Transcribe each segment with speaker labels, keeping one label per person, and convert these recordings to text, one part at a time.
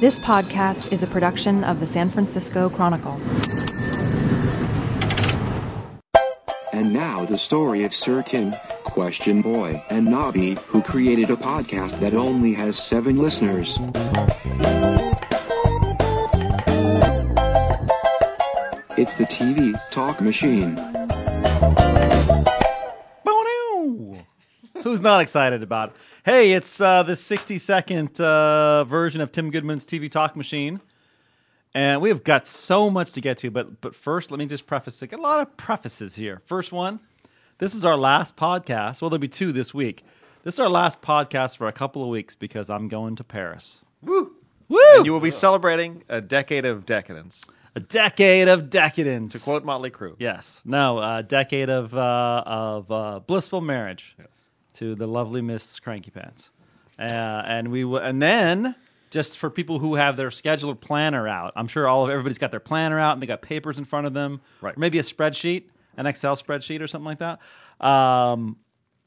Speaker 1: This podcast is a production of the San Francisco Chronicle.
Speaker 2: And now the story of Sir Tim, Question Boy, and Nobby, who created a podcast that only has seven listeners. It's the TV Talk Machine.
Speaker 3: Bono! Who's not excited about it? Hey, it's uh, the 60 second uh, version of Tim Goodman's TV Talk Machine. And we have got so much to get to, but but first, let me just preface it. Got a lot of prefaces here. First one, this is our last podcast. Well, there'll be two this week. This is our last podcast for a couple of weeks because I'm going to Paris.
Speaker 4: Woo!
Speaker 3: Woo!
Speaker 4: And you will be celebrating a decade of decadence.
Speaker 3: a decade of decadence.
Speaker 4: To quote Motley Crue.
Speaker 3: Yes. No, a decade of uh, of uh, blissful marriage to the lovely Miss Cranky Pants. Uh, and we w- and then just for people who have their scheduler planner out, I'm sure all of everybody's got their planner out and they got papers in front of them,
Speaker 4: Right.
Speaker 3: Or maybe a spreadsheet, an Excel spreadsheet or something like that. Um,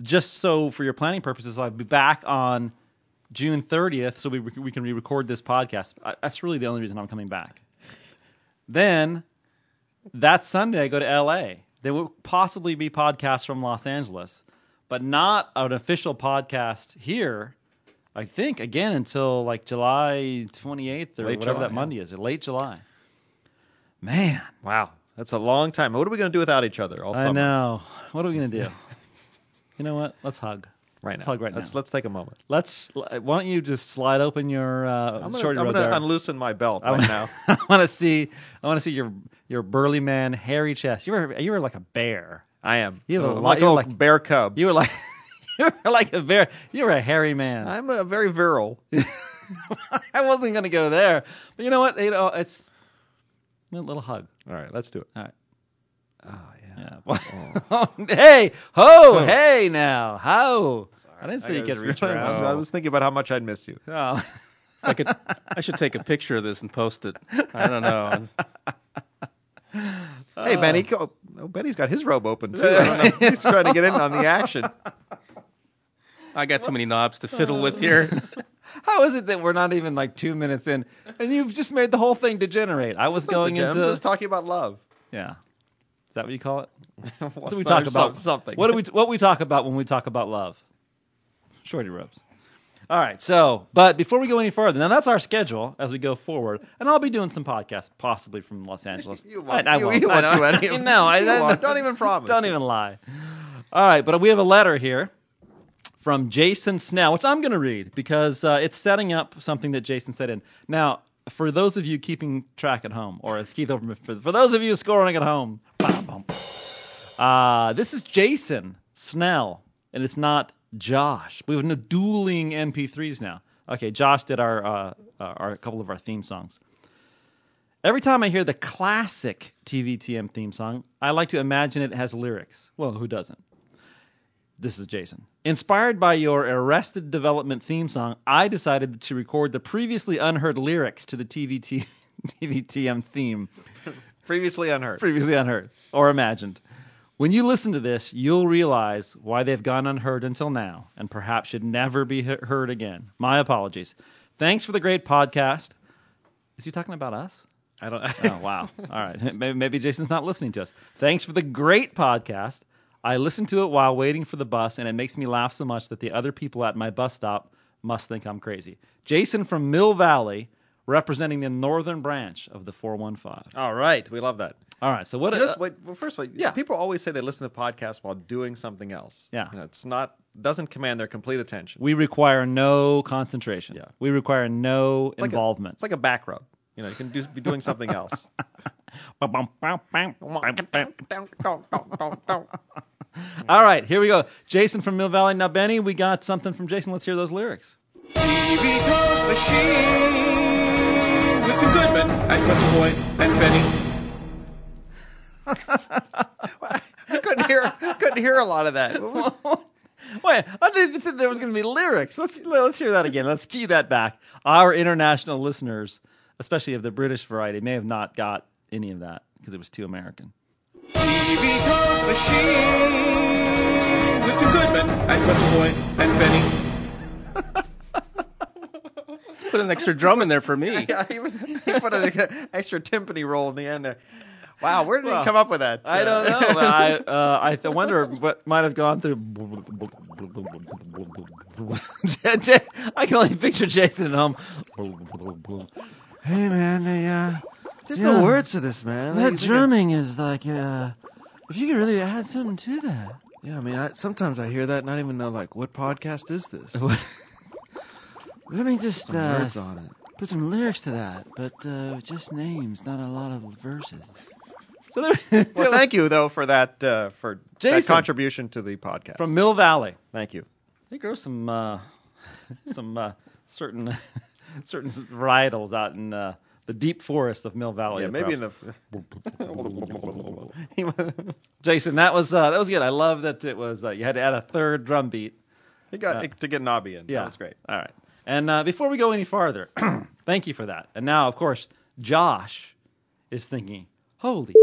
Speaker 3: just so for your planning purposes, I'll be back on June 30th, so we we can re-record this podcast. I, that's really the only reason I'm coming back. Then that Sunday, I go to LA. There will possibly be podcasts from Los Angeles, but not an official podcast here. I think again until like July 28th or
Speaker 4: Late
Speaker 3: whatever
Speaker 4: July,
Speaker 3: that
Speaker 4: yeah.
Speaker 3: Monday is, or late July. Man,
Speaker 4: Wow. That's a long time. What are we going to do without each other all summer?
Speaker 3: I know. What are we gonna do? you know what? Let's hug.
Speaker 4: Right
Speaker 3: Let's
Speaker 4: now.
Speaker 3: hug right
Speaker 4: let's,
Speaker 3: now.
Speaker 4: Let's take a moment.
Speaker 3: Let's. Why don't you just slide open your uh,
Speaker 4: I'm going
Speaker 3: shorty road
Speaker 4: to
Speaker 3: there?
Speaker 4: unloosen my belt right now.
Speaker 3: I want to see. I want to see your your burly man, hairy chest. You were you were like a bear.
Speaker 4: I am.
Speaker 3: You have a
Speaker 4: I'm
Speaker 3: lot-
Speaker 4: like
Speaker 3: you're
Speaker 4: a
Speaker 3: like-
Speaker 4: bear cub.
Speaker 3: You were like you were like a bear. You were a hairy man.
Speaker 4: I'm a very virile.
Speaker 3: I wasn't gonna go there, but you know what? You know, it's a little hug.
Speaker 4: All right, let's do it.
Speaker 3: All right. Oh yeah. hey ho! Hey now, how? I didn't say you
Speaker 4: I
Speaker 3: could
Speaker 4: was
Speaker 3: reach
Speaker 4: really-
Speaker 3: around.
Speaker 4: I was thinking about how much I'd miss you.
Speaker 3: Oh.
Speaker 5: I could. I should take a picture of this and post it. I don't know.
Speaker 4: Hey,
Speaker 3: Uh.
Speaker 4: Benny. go- Oh, Benny's got his robe open, too. I don't know. He's trying to get in on the action.
Speaker 5: I got too many knobs to fiddle with here.
Speaker 3: How is it that we're not even like two minutes in, and you've just made the whole thing degenerate? I was going
Speaker 4: I'm
Speaker 3: into
Speaker 4: just talking about love.
Speaker 3: yeah. Is that what you call it?
Speaker 4: Well,
Speaker 3: That's what we
Speaker 4: so-
Speaker 3: talk
Speaker 4: so-
Speaker 3: about.
Speaker 4: Something.
Speaker 3: What do we what we talk about when we talk about love? Shorty ropes. All right. So, but before we go any further, now that's our schedule as we go forward, and I'll be doing some podcasts possibly from Los Angeles.
Speaker 4: You won't,
Speaker 3: I, I
Speaker 4: you,
Speaker 3: won't.
Speaker 4: you
Speaker 3: I
Speaker 4: won't do any of them.
Speaker 3: No, I
Speaker 4: You
Speaker 3: I-
Speaker 4: won't. Don't even promise.
Speaker 3: Don't even lie. All right, but we have a letter here from Jason Snell, which I'm going to read because uh, it's setting up something that Jason said in. Now, for those of you keeping track at home, or as Keith Olbermann, for, for those of you scoring at home, bum, bum, bum. uh, this is Jason Snell, and it's not Josh. We have no dueling MP3s now. Okay, Josh did our, uh, uh, our a couple of our theme songs. Every time I hear the classic TVTM theme song, I like to imagine it has lyrics. Well, who doesn't? This is Jason. Inspired by your Arrested Development theme song, I decided to record the previously unheard lyrics to the TVT, TVTM theme,
Speaker 4: Previously unheard.
Speaker 3: previously unheard or imagined. When you listen to this, you'll realize why they've gone unheard until now and perhaps should never be he- heard again. My apologies. Thanks for the great podcast. Is he talking about us?
Speaker 5: I don't.
Speaker 3: Oh, wow. All right. Maybe, maybe Jason's not listening to us. Thanks for the great podcast. I listened to it while waiting for the bus, and it makes me laugh so much that the other people at my bus stop must think I'm crazy. Jason from Mill Valley, representing the northern branch of the 415.
Speaker 4: All right, we love that.
Speaker 3: All right. So, what
Speaker 4: You
Speaker 3: is.
Speaker 4: know, wait, well, first of all,
Speaker 3: uh, yeah.
Speaker 4: people always say they listen to podcasts while doing something else.
Speaker 3: Yeah.
Speaker 4: You know, it's not doesn't command their complete attention.
Speaker 3: we require no concentration.
Speaker 4: Yeah.
Speaker 3: We require no
Speaker 4: It's like a-
Speaker 3: involvement.
Speaker 4: it's like a back rub. You know, you can do, be doing something else.
Speaker 3: All right, here we go. Jason from Mill Valley. Now, Benny, we got something from Jason. Let's hear those lyrics.
Speaker 6: TV Talk Machine with Tim Goodman and Question Boy and Benny.
Speaker 4: I couldn't hear couldn't hear a lot of that. What was-
Speaker 3: Wait, I think it said there was going to be lyrics. Let's let's hear that again. Let's key that back. Our international listeners, especially of the British variety, may have not got any of that because it was too American.
Speaker 6: TV Talk Machine with Tim Goodman and Question Boy and Benny.
Speaker 5: put an extra drum in there for me.
Speaker 4: yeah, he, even, he put an extra timpani roll in the end there. Wow, where did
Speaker 3: Well,
Speaker 4: he come up with that?
Speaker 3: I don't know. but I uh, I th- wonder what might have gone through. J- J- I can only picture Jason at home. Hey man, they uh,
Speaker 4: There's
Speaker 3: Yeah.
Speaker 4: no words to this, man.
Speaker 3: that
Speaker 4: Like, you think of-
Speaker 3: drumming is like uh, if you could really add something to that.
Speaker 4: Yeah, I mean, I, sometimes I hear that, and I don't even know like what podcast is this.
Speaker 3: Let me just uh,
Speaker 4: Words on it.
Speaker 3: put some lyrics to that, but uh, just names, not a lot of verses. So there,
Speaker 4: Well, thank you though for that uh, for that
Speaker 3: Jason.
Speaker 4: contribution to the podcast.
Speaker 3: from Mill Valley.
Speaker 4: thank you.
Speaker 3: They grow some uh, some uh, certain certain varietals out in uh, the deep forest of Mill Valley.
Speaker 4: Yeah, maybe in the
Speaker 3: Jason, that was uh, that was good. I love that it was uh, you had to add a third drum beat.
Speaker 4: he got to get Nobby in.
Speaker 3: Uh, Yeah,
Speaker 4: that was great.
Speaker 3: All right, and uh, before we go any farther, thank you for that. And now, of course, Josh is thinking, "Holy,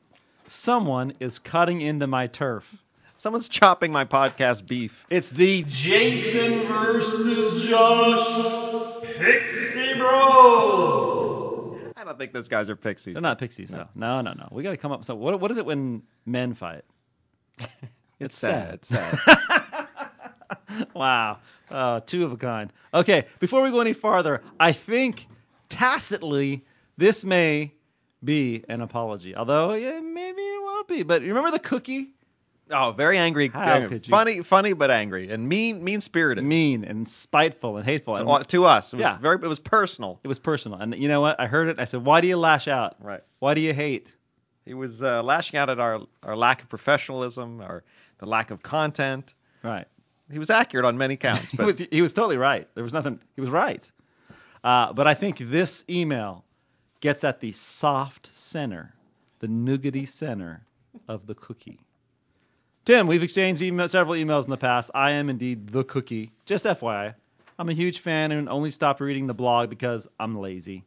Speaker 3: someone is cutting into my turf."
Speaker 4: Someone's chopping my podcast beef.
Speaker 3: It's the Jason versus Josh Pixie Bros.
Speaker 4: I don't think those guys are pixies.
Speaker 3: They're not pixies, no. No, no, no. We got to come up with something. What, what is it when men fight?
Speaker 4: it's
Speaker 3: sad.
Speaker 4: sad. It's sad.
Speaker 3: Wow. Uh, two of a kind. Okay, before we go any farther, I think tacitly this may be an apology. Although, yeah, maybe it won't be. But you remember the cookie?
Speaker 4: oh, very angry.
Speaker 3: How
Speaker 4: angry.
Speaker 3: could you-
Speaker 4: Funny, funny, but angry and mean, mean spirited
Speaker 3: Mean and spiteful and hateful. And
Speaker 4: to, to us. It was
Speaker 3: Yeah.
Speaker 4: very. It was personal.
Speaker 3: it was personal. And you know what? I heard it. I said, why do you lash out?
Speaker 4: Right.
Speaker 3: Why do you hate?
Speaker 4: He was uh, lashing out at our our lack of professionalism, our the lack of content.
Speaker 3: Right.
Speaker 4: He was accurate on many counts,
Speaker 3: he
Speaker 4: but
Speaker 3: was he was totally right. There was nothing. He was right. Uh, but I think this email gets at the soft center, the nougaty center of the cookie. Tim, we've exchanged email, several emails in the past. I am indeed the cookie. Just FYI, I'm a huge fan and only stopped reading the blog because I'm lazy.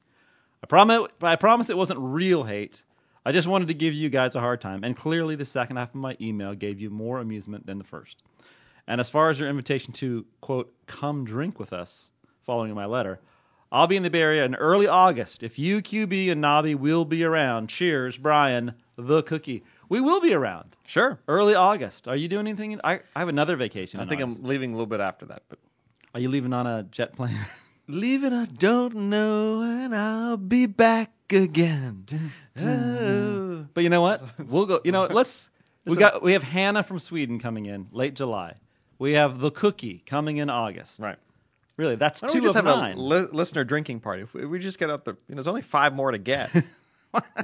Speaker 3: I promise, I promise it wasn't real hate. I just wanted to give you guys a hard time, and clearly the second half of my email gave you more amusement than the first. And as far as your invitation to, quote, come drink with us, following my letter, I'll be in the Bay Area in early August. If you, QB, and Nobby will be around, cheers, Brian, the cookie. We will be around.
Speaker 4: sure.
Speaker 3: Early August. Are you doing anything? In, I, I have another vacation.
Speaker 4: I think
Speaker 3: August.
Speaker 4: I'm leaving a little bit after that, but
Speaker 3: Are you leaving on a jet plane?
Speaker 4: Leaving, I don't know, and I'll be back again. Oh.
Speaker 3: but you know what? We'll go. You know, what? let's. We got. We have Hannah from Sweden coming in late July. We have the cookie coming in August.
Speaker 4: Right.
Speaker 3: Really, that's
Speaker 4: Why don't
Speaker 3: two
Speaker 4: we just
Speaker 3: of
Speaker 4: have
Speaker 3: nine.
Speaker 4: a li- listener drinking party? If we, we just get out the, you know, there's only five more to get. we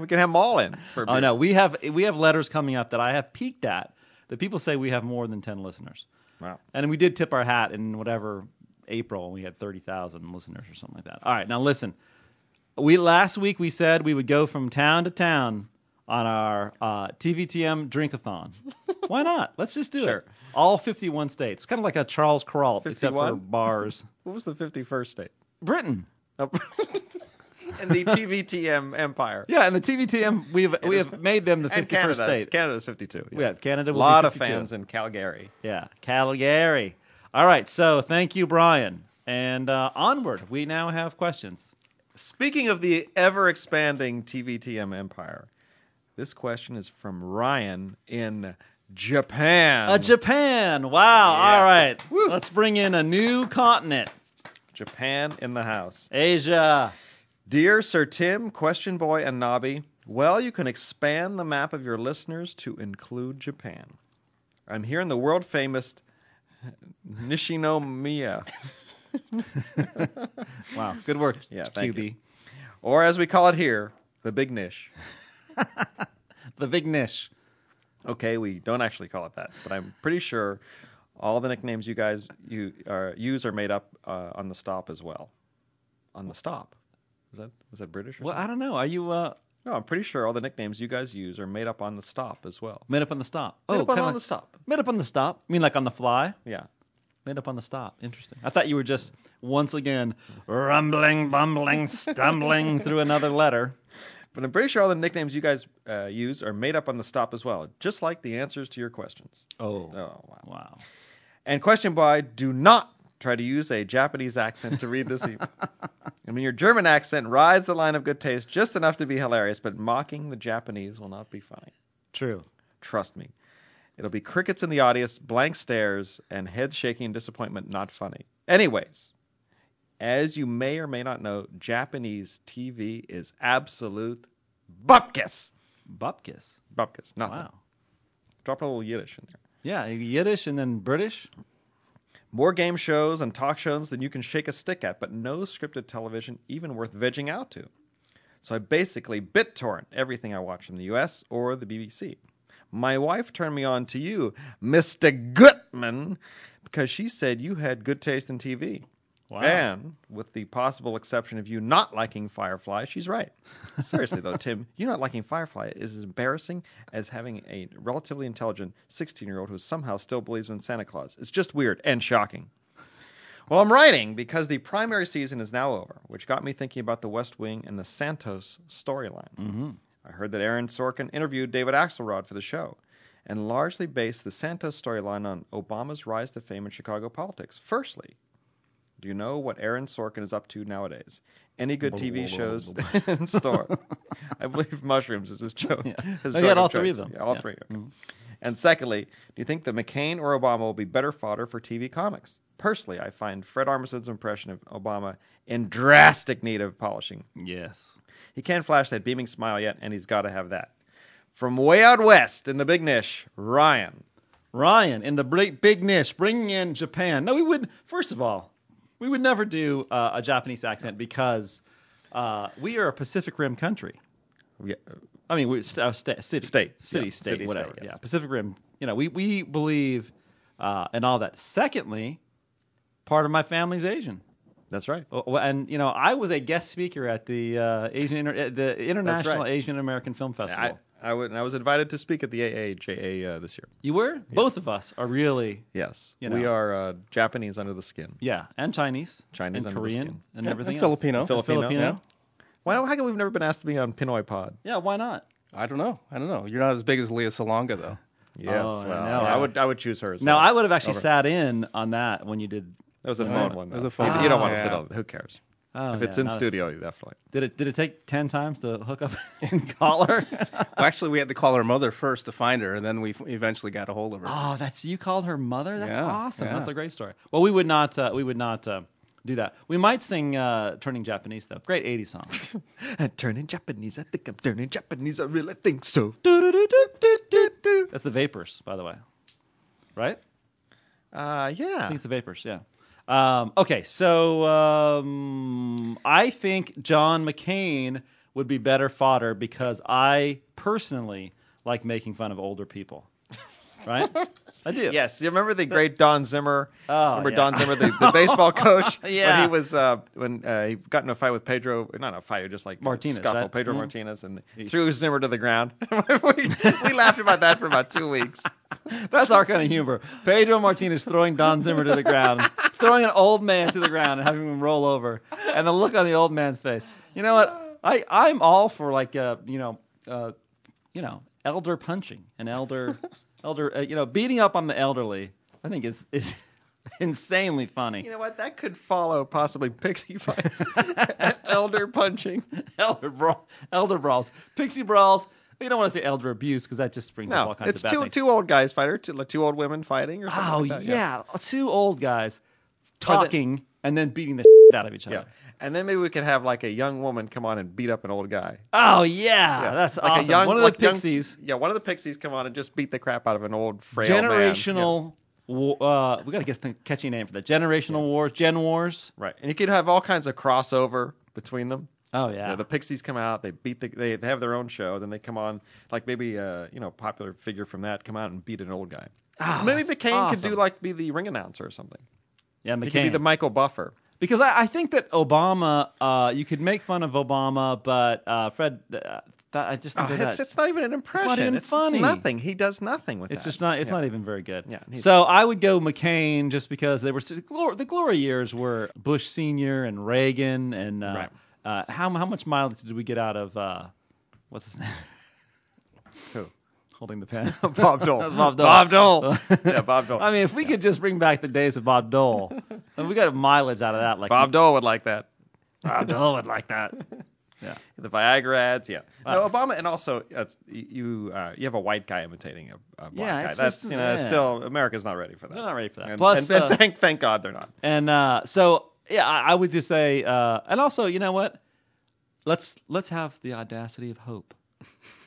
Speaker 4: can have them all in. For a
Speaker 3: Oh
Speaker 4: beer.
Speaker 3: no, we have we have letters coming up that I have peeked at that people say we have more than ten listeners.
Speaker 4: Wow.
Speaker 3: And we did tip our hat in whatever April, and we had thirty thousand listeners or something like that. All right, now listen. We last week we said we would go from town to town on our uh, TVTM drinkathon. Why not? Let's just do it.
Speaker 4: Sure.
Speaker 3: All fifty-one states. It's kind of like a Charles Crawl, except for
Speaker 4: 51?
Speaker 3: bars.
Speaker 4: What was the 51st state?
Speaker 3: Britain.
Speaker 4: Oh, and the TVTM empire.
Speaker 3: Yeah, and the TVTM we've we have made them the
Speaker 4: And
Speaker 3: fifty-first
Speaker 4: Canada.
Speaker 3: state.
Speaker 4: Canada's 52.
Speaker 3: Yeah, Canada
Speaker 4: A
Speaker 3: will be
Speaker 4: lot of
Speaker 3: 52.
Speaker 4: fans in Calgary.
Speaker 3: Yeah, Calgary. All right, so thank you, Brian. And uh, onward, we now have questions.
Speaker 4: Speaking of the ever expanding TVTM empire, this question is from Ryan in Japan.
Speaker 3: Uh, Japan. Wow. All right.
Speaker 4: Woo.
Speaker 3: Let's bring in a new continent,
Speaker 4: Japan in the house.
Speaker 3: Asia.
Speaker 4: Dear Sir Tim, Question Boy, and Nobby, well, you can expand the map of your listeners to include Japan. I'm here in the world famous Nishinomiya,
Speaker 3: Wow. Good work,
Speaker 4: Yeah, thank
Speaker 3: QB.
Speaker 4: you. or as we call it here, the Big Nish.
Speaker 3: The big niche.
Speaker 4: Okay, we don't actually call it that, but I'm pretty sure all the nicknames you guys you uh, use are made up uh, on the stop as well. On the stop, was that was that British? Or
Speaker 3: Well,
Speaker 4: something?
Speaker 3: I don't know. Are you uh,
Speaker 4: no, I'm pretty sure all the nicknames you guys use are made up on the stop as well.
Speaker 3: made up on the stop?
Speaker 4: Made up on,
Speaker 3: kinda
Speaker 4: on
Speaker 3: like-
Speaker 4: the stop.
Speaker 3: Made up on the stop. I mean, like on the fly.
Speaker 4: Yeah.
Speaker 3: Made up on the stop. Interesting. I thought you were just once again rumbling, bumbling, stumbling through another letter.
Speaker 4: But I'm pretty sure all the nicknames you guys uh, use are made up on the stop as well, just like the answers to your questions.
Speaker 3: Oh.
Speaker 4: Oh, wow.
Speaker 3: Wow.
Speaker 4: And question by do not try to use a Japanese accent to read this email. I mean, your German accent rides the line of good taste just enough to be hilarious, but mocking the Japanese will not be funny.
Speaker 3: True.
Speaker 4: Trust me. It'll be crickets in the audience, blank stares, and head shaking in disappointment, not funny. Anyways, as you may or may not know, Japanese TV is absolute bupkis.
Speaker 3: Bupkis.
Speaker 4: Bupkis, nothing.
Speaker 3: Wow.
Speaker 4: Drop a little Yiddish in there.
Speaker 3: Yeah, Yiddish and then British.
Speaker 4: More game shows and talk shows than you can shake a stick at, but no scripted television even worth vegging out to. So I basically BitTorrent everything I watch from the US or the BBC. My wife turned me on to you, Mr. Gutman, because she said you had good taste in TV.
Speaker 3: Wow.
Speaker 4: And with the possible exception of you not liking Firefly, she's right. Seriously, though, Tim, you not liking Firefly is as embarrassing as having a relatively intelligent 16 year old who somehow still believes in Santa Claus. It's just weird and shocking. Well, I'm writing because the primary season is now over, which got me thinking about the West Wing and the Santos storyline. Mm-hmm. I heard that Aaron Sorkin interviewed David Axelrod for the show and largely based the Santos storyline on Obama's rise to fame in Chicago politics. Firstly, do you know what Aaron Sorkin is up to nowadays? Any good TV shows in store? I believe mushrooms is his joke. his
Speaker 3: Oh, he had
Speaker 4: drug
Speaker 3: all
Speaker 4: of
Speaker 3: three of
Speaker 4: choice.
Speaker 3: them.
Speaker 4: Yeah, all
Speaker 3: Yeah. Mm-hmm.
Speaker 4: three. okay. And secondly, do you think that McCain or Obama will be better fodder for TV comics? Personally, I find Fred Armisen's impression of Obama in drastic need of polishing.
Speaker 3: Yes.
Speaker 4: He can't flash that beaming smile yet, and he's got to have that. From way out west in the Big Nish, Ryan.
Speaker 3: Ryan in the big, big niche, bringing in Japan. No, we would first of all, we would never do uh, a Japanese accent because uh, we are a Pacific Rim country.
Speaker 4: Yeah,
Speaker 3: I mean, we st- uh, sta- city,
Speaker 4: State,
Speaker 3: city,
Speaker 4: yeah.
Speaker 3: state,
Speaker 4: City,
Speaker 3: whatever.
Speaker 4: state, yes.
Speaker 3: yeah, Pacific Rim. You know, we we believe uh, in all that. Secondly, part of my family's Asian.
Speaker 4: that's right.
Speaker 3: Well, well, and you know, I was a guest speaker at the uh, Asian Inter- at the International Asian American Film Festival.
Speaker 4: I, I, would, I was invited to speak at the AAJA uh, this year.
Speaker 3: you were both of us are really
Speaker 4: Yes.
Speaker 3: You
Speaker 4: We
Speaker 3: know.
Speaker 4: are uh, Japanese under the skin.
Speaker 3: yeah, and Chinese,
Speaker 4: Chinese
Speaker 3: and
Speaker 4: under the
Speaker 3: Korean,
Speaker 4: skin.
Speaker 3: and
Speaker 5: Yeah,
Speaker 3: everything
Speaker 5: and
Speaker 3: else.
Speaker 5: Filipino.
Speaker 3: And
Speaker 4: Filipino,
Speaker 3: Filipino.
Speaker 5: yeah.
Speaker 4: Why how come we've never been asked to be on Pinoy Pod?
Speaker 3: Yeah, why not?
Speaker 5: I don't know. I don't know. You're not as big as Leah Salonga though.
Speaker 4: Yes.
Speaker 3: Oh, I
Speaker 4: well,
Speaker 3: know.
Speaker 4: I would I would choose her as
Speaker 3: Now
Speaker 4: well.
Speaker 3: I would have actually
Speaker 4: Over.
Speaker 3: sat in on that when you did.
Speaker 4: That was a
Speaker 5: Yeah,
Speaker 4: phone one.
Speaker 5: it was
Speaker 4: though.
Speaker 5: a phone
Speaker 4: You-
Speaker 5: one.
Speaker 4: You, don't want to
Speaker 5: Yeah.
Speaker 4: sit on. Who cares?
Speaker 3: Oh,
Speaker 4: if it's
Speaker 3: yeah,
Speaker 4: in
Speaker 3: not a-
Speaker 4: definitely. definitely.
Speaker 3: Did it did it take ten times to hook up and call her?
Speaker 5: Well, actually, we had to call her mother first to find her, and then we f- eventually got a hold of her.
Speaker 3: oh, that's you called her mother. That's
Speaker 5: Yeah,
Speaker 3: awesome.
Speaker 5: yeah.
Speaker 3: That's a great story. Well, we would not uh, we would not uh, do that. We might sing uh, "Turning Japanese" though. Great '80s song.
Speaker 4: I'm turning Japanese. I think I'm turning Japanese. I really think so.
Speaker 3: that's the Vapors, by the way. Right?
Speaker 4: Uh,
Speaker 3: I
Speaker 4: yeah.
Speaker 3: think it's the Vapors. Yeah. Um, okay, so um, I think John McCain would be better fodder because I personally like making fun of older people. Right? I do.
Speaker 4: Yes, you remember the great Don Zimmer?
Speaker 3: Oh,
Speaker 4: remember
Speaker 3: yeah.
Speaker 4: Don Zimmer, the, the baseball coach?
Speaker 3: Yeah.
Speaker 4: When he was uh, when uh, he got in a fight with Pedro, not a fight, just like
Speaker 3: Martinez,
Speaker 4: scuffle,
Speaker 3: right? Mm-hmm.
Speaker 4: Pedro Martinez, and threw Zimmer to the ground. we, we laughed about that for about two weeks.
Speaker 3: That's our kind of humor. Pedro Martinez throwing Don Zimmer to the ground, throwing an old man to the ground and having him roll over, and the look on the old man's face. You know what? I I'm all for like uh you know uh you know elder punching and elder elder uh, you know beating up on the elderly. I think is is insanely funny.
Speaker 4: You know what? That could follow possibly pixie fights, elder punching.
Speaker 3: elder brawl, elder brawls, pixie brawls. You don't want to say elder abuse because that just brings up all
Speaker 4: No,
Speaker 3: kinds
Speaker 4: it's
Speaker 3: of bad
Speaker 4: two
Speaker 3: things.
Speaker 4: two old guys fighting, two, two old women fighting, or something.
Speaker 3: Oh
Speaker 4: like that.
Speaker 3: yeah. two old guys
Speaker 4: Or the-
Speaker 3: talking and then beating the shit out of each other.
Speaker 4: yeah. And then maybe we could have like a young woman come on and beat up an old guy.
Speaker 3: Oh yeah, that's
Speaker 4: Like a
Speaker 3: awesome.
Speaker 4: young-
Speaker 3: One of the
Speaker 4: like young- Oh,
Speaker 3: pixies,
Speaker 4: yeah, one of the pixies come on and just beat the crap out of an old frail man. Yes.
Speaker 3: generational. wa- Uh, we got to get a catchy name for that. Generational wars, Gen wars.
Speaker 4: Right, and you could have all kinds of crossover between them.
Speaker 3: Oh
Speaker 4: You
Speaker 3: yeah,
Speaker 4: know, the pixies come out, they beat the, they, they have their own show, then they come on like maybe uh, you know popular figure from that come out and beat an old guy. maybe McCain could do
Speaker 3: Oh, awesome.
Speaker 4: like be the ring announcer or something.
Speaker 3: yeah
Speaker 4: He could be
Speaker 3: McCain.
Speaker 4: the Michael Buffer.
Speaker 3: because I, I think that Obama, uh, you could make fun of Obama, but uh, Fred, uh, th- I just think that
Speaker 4: Oh, it's, it's not even an impression.
Speaker 3: even funny.
Speaker 4: nothing. He does nothing with
Speaker 3: It's
Speaker 4: that.
Speaker 3: just not. It's
Speaker 4: Yeah.
Speaker 3: not even very good.
Speaker 4: Yeah, neither.
Speaker 3: So I would go McCain just because they were the glory, the glory years were Bush senior and Reagan and uh,
Speaker 4: Right.
Speaker 3: uh, how how much mileage did we get out of uh, what's his name?
Speaker 4: Who?
Speaker 3: Holding the pen.
Speaker 4: Bob Dole.
Speaker 3: Bob Dole.
Speaker 4: Bob Dole. yeah, Bob Dole.
Speaker 3: I mean, if we could just bring back the days of Bob Dole, and we got mileage out of that. Like
Speaker 4: Bob Dole would like that.
Speaker 3: Ah, Bill would like that. Yeah. Uh.
Speaker 4: the Viagra ads. Yeah, no, Obama, and also that's, you uh, you have a white guy imitating a, a black
Speaker 3: Yeah,
Speaker 4: guy.
Speaker 3: it's
Speaker 4: That's
Speaker 3: just-
Speaker 4: you know
Speaker 3: yeah.
Speaker 4: still America's not ready for that.
Speaker 3: They're not ready for that.
Speaker 4: And,
Speaker 3: Plus,
Speaker 4: and- and
Speaker 3: uh,
Speaker 4: thank thank God they're not.
Speaker 3: And uh, so, yeah, I, I would just say, uh, and also, you know what? Let's let's have the audacity of hope.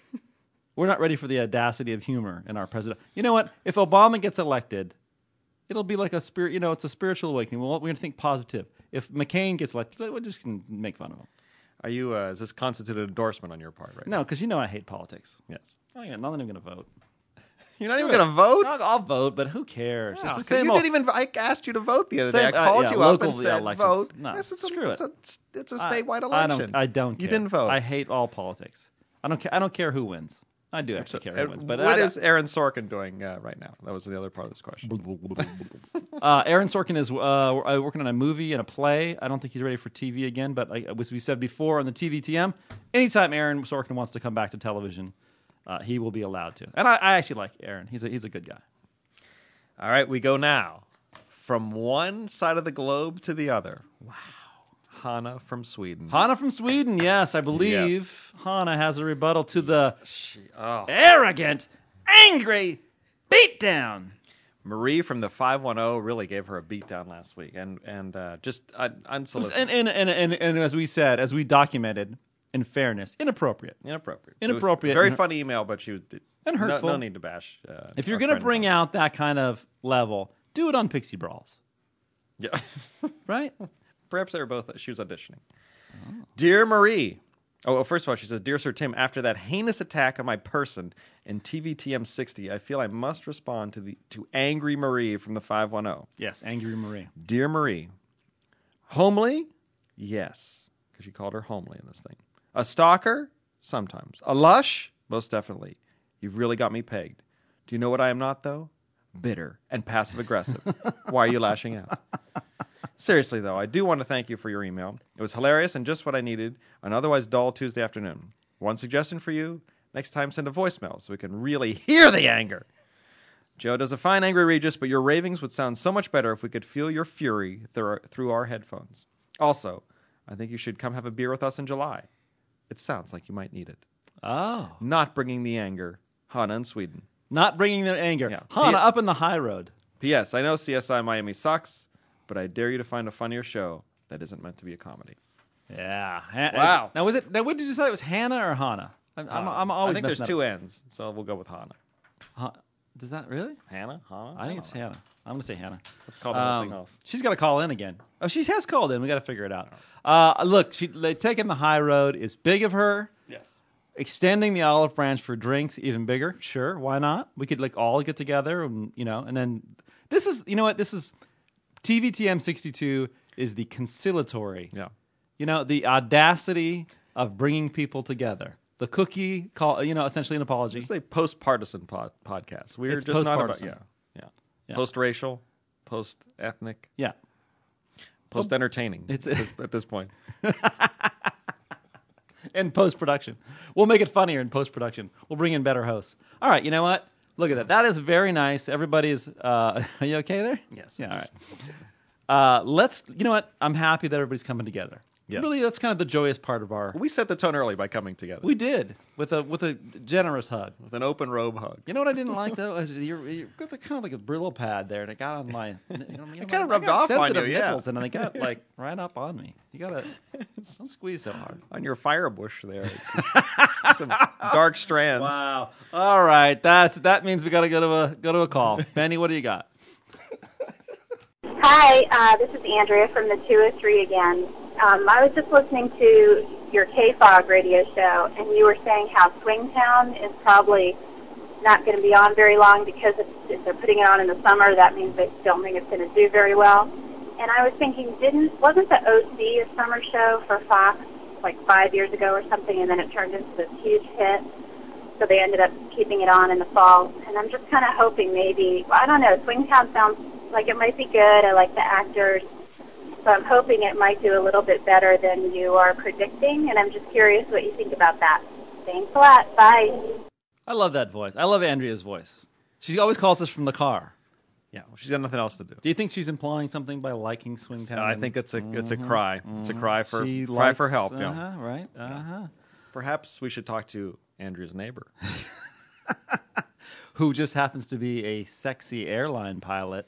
Speaker 3: We're not ready for the audacity of humor in our president. You know what? If Obama gets elected, it'll be like a spirit. You know, it's a spiritual awakening. Well, we're going to think positive. If McCain gets elected, we're just going to make fun of him.
Speaker 4: Are you? Uh, is this constituted endorsement on your part right now?
Speaker 3: No, because you know I hate politics. Oh,
Speaker 4: Yes.
Speaker 3: I'm not even going to vote.
Speaker 4: You're not even gonna voot.
Speaker 3: I'll, I'll vote, but who cares? it's
Speaker 4: Yeah,
Speaker 3: the
Speaker 4: 'cause
Speaker 3: same
Speaker 4: you
Speaker 3: old,
Speaker 4: didn't even. I asked you to vote the other
Speaker 3: Same-
Speaker 4: day.
Speaker 3: uh,
Speaker 4: I called
Speaker 3: yeah,
Speaker 4: you up
Speaker 3: local
Speaker 4: and said,
Speaker 3: elections.
Speaker 4: "Vote."
Speaker 3: No,
Speaker 4: yes, it's
Speaker 3: screw
Speaker 4: a,
Speaker 3: it.
Speaker 4: It's a, it's a
Speaker 3: I-
Speaker 4: statewide election.
Speaker 3: I don't. I don't.
Speaker 4: You
Speaker 3: care.
Speaker 4: didn't vote.
Speaker 3: I hate all politics. I don't care. I don't care who wins. I do actually care who
Speaker 4: And
Speaker 3: wins. But
Speaker 4: er, what
Speaker 3: I-
Speaker 4: is Aaron Sorkin doing uh, right now? That was the other part of this question.
Speaker 3: uh, Aaron Sorkin is uh, uh, working on a movie and a play. I don't think he's ready for TV again. But like as we said before on the TVTM, anytime Aaron Sorkin wants to come back to television, uh, he will be allowed to. And I, I actually like Aaron. He's a he's a good guy.
Speaker 4: All right, we go now from one side of the globe to the other. Wow. Hannah from Sweden.
Speaker 3: Hana from Sweden, yes, I believe Hana has a rebuttal to the
Speaker 4: oh.
Speaker 3: arrogant, angry beatdown.
Speaker 4: Marie from the 510 really gave her a beatdown last week and and uh, just uh, unsolicited.
Speaker 3: And and, and and and as we said, as we documented, in fairness, inappropriate.
Speaker 4: inappropriate. It was
Speaker 3: Inappropriate.
Speaker 4: a Very
Speaker 3: And-
Speaker 4: funny email, but she was.
Speaker 3: And
Speaker 4: no-
Speaker 3: hurtful.
Speaker 4: No, need to bash. Uh,
Speaker 3: If you're
Speaker 4: our
Speaker 3: gonna
Speaker 4: friend.
Speaker 3: bring out that kind of level, do it on Pixie Brawls,
Speaker 4: Yeah.
Speaker 3: right?
Speaker 4: Perhaps they were both. She was auditioning.
Speaker 3: Oh.
Speaker 4: Dear Marie. Oh, well, first of all, she says, Dear Sir Tim, after that heinous attack on my person in TVTM 60, I feel I must respond to the to angry Marie from the oh. 510.
Speaker 3: yes, Angry Marie.
Speaker 4: Dear Marie, homely? Yes, because you called her homely in this thing. A stalker? Sometimes. A lush? Most definitely. You've really got me pegged. Do you know what I am not, though? Bitter and passive aggressive. Why are you lashing out? Seriously, though, I do want to thank you for your email. It was hilarious and just what I needed an otherwise dull Tuesday afternoon. One suggestion for you next time, send a voicemail so we can really hear the anger. Joe does a fine angry Regis, but your ravings would sound so much better if we could feel your fury through our, through our headphones. Also, I think you should come have a beer with us in July. It sounds like you might need it.
Speaker 3: Oh,
Speaker 4: Not bringing the anger, Hana in Sweden.
Speaker 3: not bringing their anger.
Speaker 4: Yeah.
Speaker 3: Hana
Speaker 4: Yeah.
Speaker 3: up in the high road.
Speaker 4: P.S. I know CSI Miami sucks, but I dare you to find a funnier show that isn't meant to be a comedy.
Speaker 3: Yeah. Ha-
Speaker 4: Wow. Uh,
Speaker 3: Now was it? Now when did you decide it was Hannah or Hana? I'm, I'm, I'm always.
Speaker 4: I think there's
Speaker 3: messing
Speaker 4: two
Speaker 3: up.
Speaker 4: ends, so we'll go with Hana.
Speaker 3: Ha- Does that really?
Speaker 4: Hannah? Hana?
Speaker 3: I think it's Hannah. I'm gonna say Hannah.
Speaker 4: Oh. Let's call the whole
Speaker 3: Um,
Speaker 4: thing off.
Speaker 3: She's got to call in again. Oh, she has called in. We got to figure it out.
Speaker 4: Oh.
Speaker 3: Uh, look, she like, taking the high road is big of her.
Speaker 4: Yes.
Speaker 3: Extending the olive branch for drinks even bigger. Sure, why not? We could like all get together and you know, and then this is you know what this is. TVTM sixty two is the conciliatory.
Speaker 4: Yeah.
Speaker 3: You know the audacity of bringing people together. The cookie call. You know, essentially an apology.
Speaker 4: It's a post partisan pod- podcast. We're
Speaker 3: It's
Speaker 4: just not about.
Speaker 3: post-partisan.
Speaker 4: Yeah. Yeah.
Speaker 3: Yeah.
Speaker 4: Post racial, post ethnic.
Speaker 3: yeah.
Speaker 4: post entertaining
Speaker 3: It's-
Speaker 4: at, this- at this point.
Speaker 3: in post production. We'll make it funnier in post production. We'll bring in better hosts. All right, you know what? Look at that. That is very nice. Everybody's. Uh, are you okay there?
Speaker 4: Yes.
Speaker 3: Yeah. All right. Uh, let's. You know what? I'm happy that everybody's coming together.
Speaker 4: Yes.
Speaker 3: Really, that's kind of the joyous part of our.
Speaker 4: We set the tone early by coming together
Speaker 3: We did with a with a generous hug.
Speaker 4: with an open robe hug.
Speaker 3: You know what I didn't like though? Is You're, you're got the- kind of like a Brillo pad there, and it got on my. You know, it
Speaker 4: kinda rubbed off on you, yeah.
Speaker 3: nipples, and they got like right up on me. You gotta don't squeeze so hard.
Speaker 4: On your fire bush there, it's- some dark strands.
Speaker 3: Wow. All right. That's that means we gotta go to a go to a call. Benny, what do you got?
Speaker 7: Hi, uh, this is Andrea from the 203 again. Um, I was just listening to your KFOG radio show, and you were saying how Swingtown is probably not going to be on very long because if, if they're putting it on in the summer, that means they don't think it's going to do very well. And I was thinking, didn't wasn't the OC a summer show for Fox like five years ago or something, and then it turned into this huge hit? so they ended up keeping it on in the fall. And I'm just kind of hoping maybe I don't know. Swingtown sounds like it might be good. I like the actors, so I'm hoping it might do a little bit better than you are predicting. And I'm just curious what you think about that. Thanks a lot. Bye.
Speaker 3: I love that voice. I love Andrea's voice. She always calls us from the car.
Speaker 4: Yeah, well, she's got nothing else to do.
Speaker 3: Do you think she's implying something by liking Swingtown?
Speaker 4: I think it's a it's a cry. It's a cry for
Speaker 3: she
Speaker 4: cry
Speaker 3: likes-
Speaker 4: for help. yeah.
Speaker 3: Uh-huh, right. Uh-huh.
Speaker 4: Perhaps we should talk to Andrea's neighbor.
Speaker 3: Who just happens to be a sexy airline pilot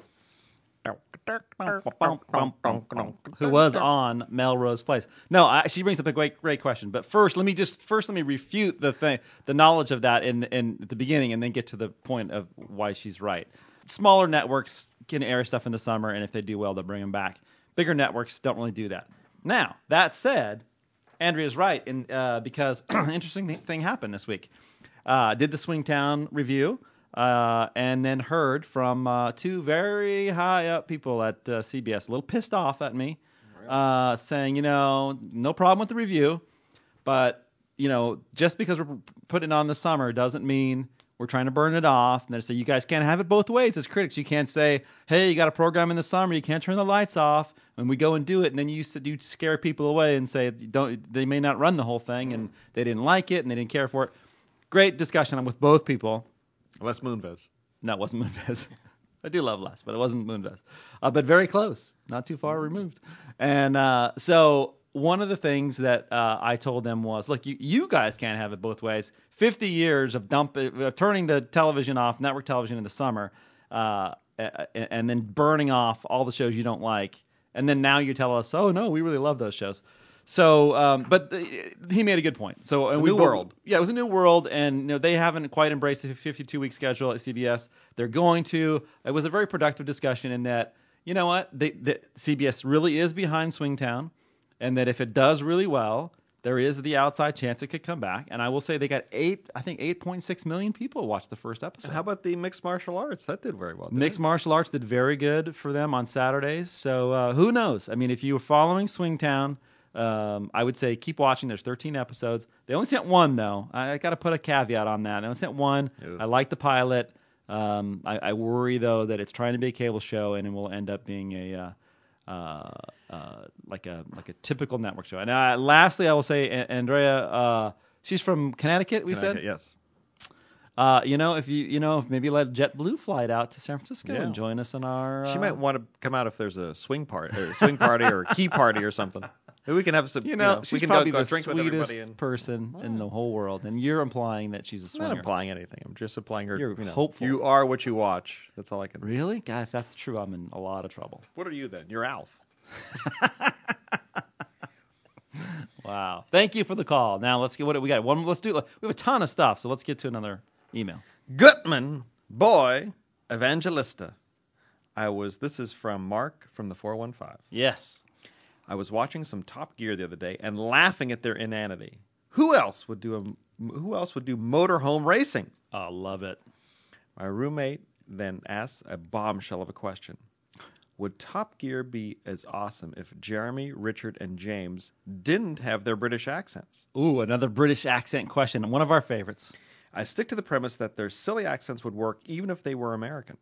Speaker 3: who was on Melrose Place. No, I, she brings up a great, great question. But first, let me just first let me refute the thing, the knowledge of that in in the beginning, and then get to the point of why she's right. Smaller networks can air stuff in the summer, and if they do well, they'll bring them back. Bigger networks don't really do that. Now that said, Andrea's right, in, uh, because interesting thi- thing happened this week. Uh, did the Swingtown review, uh, and then heard from uh, two very high up people at uh, CBS, a little pissed off at me, uh, saying, you know, no problem with the review, but you know, just because we're putting it on this summer doesn't mean we're trying to burn it off. And they say you guys can't have it both ways as critics. You can't say, hey, you got a program in the summer, you can't turn the lights off, and we go and do it, and then you s- you scare people away and say don't they may not run the whole thing, and they didn't like it and they didn't care for it. Great discussion with both people.
Speaker 4: Les Moonves.
Speaker 3: No, it wasn't Moonves. I do love Les, but it wasn't Moonves. Uh, but very close, not too far removed. And uh, so one of the things that uh, I told them was, look, you, you guys can't have it both ways. 50 years of dump, uh, of turning the television off, network television in the summer, uh, a- a- and then burning off all the shows you don't like. And then now you tell us, oh, no, we really love those shows. So, um, but the, he made a good point. So, and
Speaker 4: a
Speaker 3: we
Speaker 4: new
Speaker 3: both-
Speaker 4: world.
Speaker 3: yeah, it was a new world, and you know they haven't quite embraced the 52 week schedule at CBS. They're going to. It was a very productive discussion in that you know what they, that CBS really is behind Swingtown, and that if it does really well, there is the outside chance it could come back. And I will say they got eight, I think 8.6 million people watched the first episode.
Speaker 4: How about the mixed martial arts? That did very well. didn't
Speaker 3: Mixed martial arts did very good for them on Saturdays. So uh, who knows? I mean, if you were following Swingtown, um, I would say keep watching. There's 13 episodes. They only sent one though. I, I got to put a caveat on that. They only sent one. I like the pilot. Um, I, I worry though that it's trying to be a cable show and it will end up being a uh, uh, uh, like a like a typical network show. And uh, lastly, I will say A- Andrea, uh, she's from Connecticut. We
Speaker 4: Can I
Speaker 3: said
Speaker 4: get- yes.
Speaker 3: uh, you know, if you you know, if maybe let JetBlue fly it out to San Francisco
Speaker 4: Yeah.
Speaker 3: and join us in our.
Speaker 4: She
Speaker 3: uh,
Speaker 4: might want to come out if there's a swing party, or a swing party, or a key party, or something. Maybe we can have some.
Speaker 3: You know,
Speaker 4: we
Speaker 3: she's
Speaker 4: can
Speaker 3: probably
Speaker 4: go, go
Speaker 3: the
Speaker 4: drink with
Speaker 3: sweetest
Speaker 4: everybody. And,
Speaker 3: person in the whole world, and you're implying that she's a
Speaker 4: I'm not
Speaker 3: swinger.
Speaker 4: implying anything. I'm just applying her.
Speaker 3: You're
Speaker 4: you know,
Speaker 3: hopeful.
Speaker 4: You are what you watch. That's all I can.
Speaker 3: Really, God, if that's true, I'm in a lot of trouble.
Speaker 4: What are you then? You're Alf.
Speaker 3: Wow. Thank you for the call. Now let's get what do we got. One. Let's do. We have a ton of stuff, so let's get to another email.
Speaker 4: Gutman, boy, evangelista. I was. This is from Mark from the 415.
Speaker 3: Yes.
Speaker 4: I was watching some Top Gear the other day and laughing at their inanity. Who else would do a, Who else would do motorhome racing?
Speaker 3: Oh, I love it.
Speaker 4: My roommate then asks a bombshell of a question. Would Top Gear be as awesome if Jeremy, Richard, and James didn't have their British accents?
Speaker 3: Ooh, another British accent question. One of our favorites.
Speaker 4: I stick to the premise that their silly accents would work even if they were American.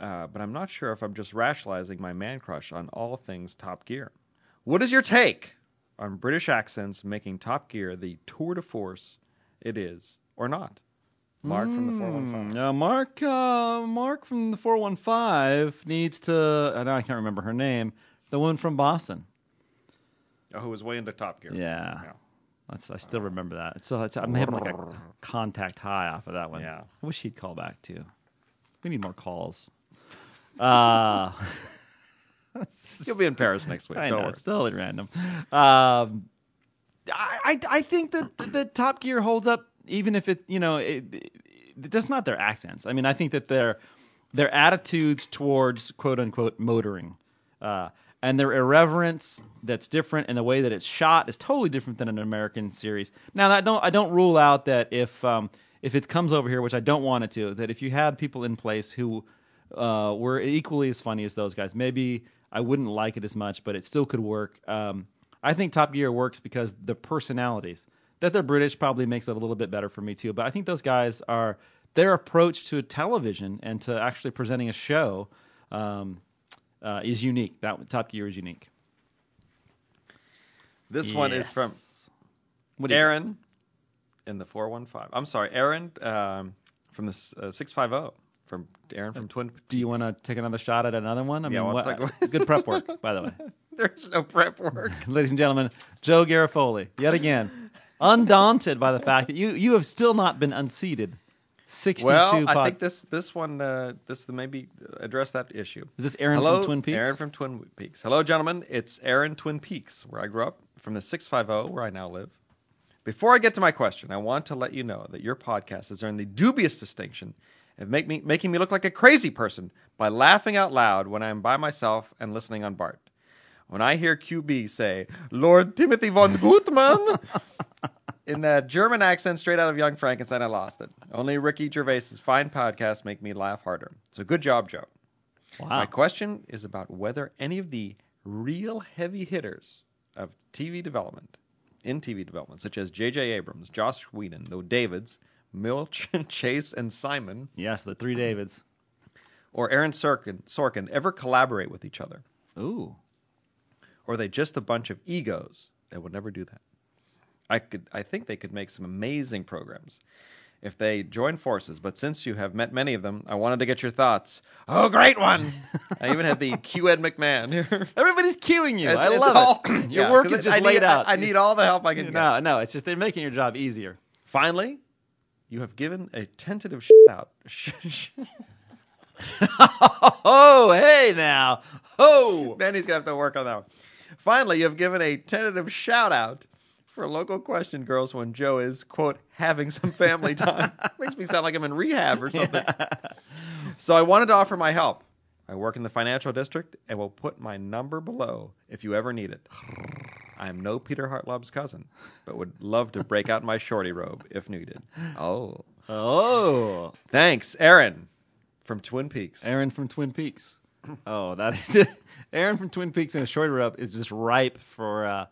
Speaker 4: Uh, but I'm not sure if I'm just rationalizing my man crush on all things Top Gear. What is your take on British accents making Top Gear the tour de force it is or not? Mark from the 415.
Speaker 3: Uh, Mark, uh, Mark from the 415 needs to. Uh, now I can't remember her name. The one from Boston.
Speaker 4: Oh, Who was way into Top Gear.
Speaker 3: Yeah. That's, I still remember that. uh, So that's, I'm having like a contact high off of that one.
Speaker 4: Yeah.
Speaker 3: I wish he'd call back too. We need more calls. Uh,
Speaker 4: You'll be in Paris next week.
Speaker 3: I
Speaker 4: Don't
Speaker 3: know
Speaker 4: worry.
Speaker 3: it's totally random. Um, I, I I think that that Top Gear holds up even if it you know it, it, that's not their accents. I mean, I think that their their attitudes towards quote unquote motoring uh, and their irreverence that's different and the way that it's shot is totally different than an American series. Now, I don't I don't rule out that if um, if it comes over here, which I don't want it to, that if you had people in place who uh, were equally as funny as those guys. Maybe I wouldn't like it as much, but it still could work. Um, I think Top Gear works because the personalities that they're British probably makes it a little bit better for me too. But I think those guys are their approach to television and to actually presenting a show um, uh, is unique. That Top Gear is unique.
Speaker 4: This one is from
Speaker 3: What do you-
Speaker 4: Aaron in the 415. I'm sorry, Aaron um, from the s- uh, 650. from Aaron from Twin.
Speaker 3: Do you want to take another shot at another one? I
Speaker 4: Yeah,
Speaker 3: mean,
Speaker 4: well,
Speaker 3: what,
Speaker 4: it's like-
Speaker 3: uh, good prep work, by the way.
Speaker 4: There's no prep work.
Speaker 3: Ladies and gentlemen, Joe Garofoli, yet again, undaunted by the fact that you, you have still not been unseated. 62
Speaker 4: Well, I
Speaker 3: pod-
Speaker 4: think this this one uh, this maybe address that issue.
Speaker 3: Is this Aaron from
Speaker 4: Hello,
Speaker 3: Twin Peaks?
Speaker 4: Aaron from Twin Peaks. Hello, gentlemen. It's Aaron Twin Peaks, where I grew up, from the six five zero, where I now live. Before I get to my question, I want to let you know that your podcast has earned the dubious distinction of make me, making me look like a crazy person by laughing out loud when I am by myself and listening on BART. When I hear QB say, Lord Timothy von Guthman, in that German accent straight out of Young Frankenstein, I lost it. Only Ricky Gervais's fine podcast make me laugh harder. So good job, Joe. My
Speaker 3: wow.
Speaker 4: question is about whether any of the real heavy hitters of TV development, in TV development, such as J.J. Abrams, Josh Whedon, the Davids, Milch, Chase, and Simon,
Speaker 3: Yes, the three Davids.
Speaker 4: or Aaron Sorkin, Sorkin ever collaborate with each other.
Speaker 3: Ooh.
Speaker 4: or are they just a bunch of egos that would never do that? I could, I think they could make some amazing programs if they join forces. But since you have met many of them, I wanted to get your thoughts. Oh, great one! I even had the Q Ed McMahon. here.
Speaker 3: Everybody's queuing you. I love it. Your
Speaker 4: yeah,
Speaker 3: work is
Speaker 4: 'cause I-
Speaker 3: just
Speaker 4: I
Speaker 3: laid
Speaker 4: need,
Speaker 3: out.
Speaker 4: I, I need all the help I can get.
Speaker 3: No, no, it's just they're making your job easier.
Speaker 4: Finally, you have given a tentative sh- out.
Speaker 3: Oh, hey now. Oh.
Speaker 4: Benny's gonna have to work on that one. Finally, you have given a tentative shout out for local question girls when Joe is, quote, having some family time. Makes me sound like I'm in rehab or something. So I wanted to offer my help. I work in the financial district and will put my number below if you ever need it. I am no Peter Hartlob's cousin, but would love to break out my shorty robe if needed. Oh.
Speaker 3: Oh.
Speaker 4: Thanks, Aaron from Twin Peaks.
Speaker 3: Aaron from Twin Peaks. Oh, that Aaron from Twin Peaks in a shorter up is just ripe for uh,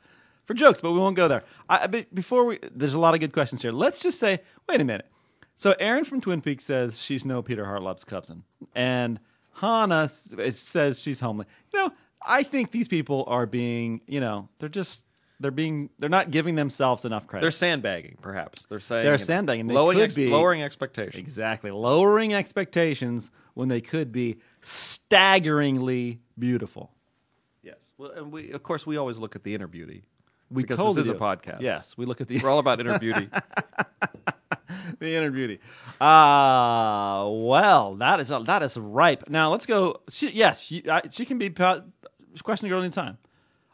Speaker 3: for jokes, but we won't go there. I, I- but before we, there's a lot of good questions here. Let's just say, wait a minute. So Aaron from Twin Peaks says she's no Peter Hartlop's cousin, and Hannah s- it says she's homely. You know, I think these people are being, you know, they're just they're being they're not giving themselves enough credit.
Speaker 4: They're sandbagging, perhaps. They're saying
Speaker 3: They're
Speaker 4: you know,
Speaker 3: sandbagging. They
Speaker 4: lowering,
Speaker 3: could
Speaker 4: ex-
Speaker 3: be-
Speaker 4: lowering expectations.
Speaker 3: Exactly. Lowering expectations when they could be staggeringly beautiful.
Speaker 4: Yes. Well, and we, of course, we always look at the inner beauty.
Speaker 3: We
Speaker 4: because
Speaker 3: totally
Speaker 4: this is
Speaker 3: do.
Speaker 4: a podcast.
Speaker 3: Yes, we look at the
Speaker 4: We're all about inner beauty.
Speaker 3: the inner beauty. Ah, well, that is that is ripe. Now let's go. She, yes, she, I, she can be po- question girl anytime.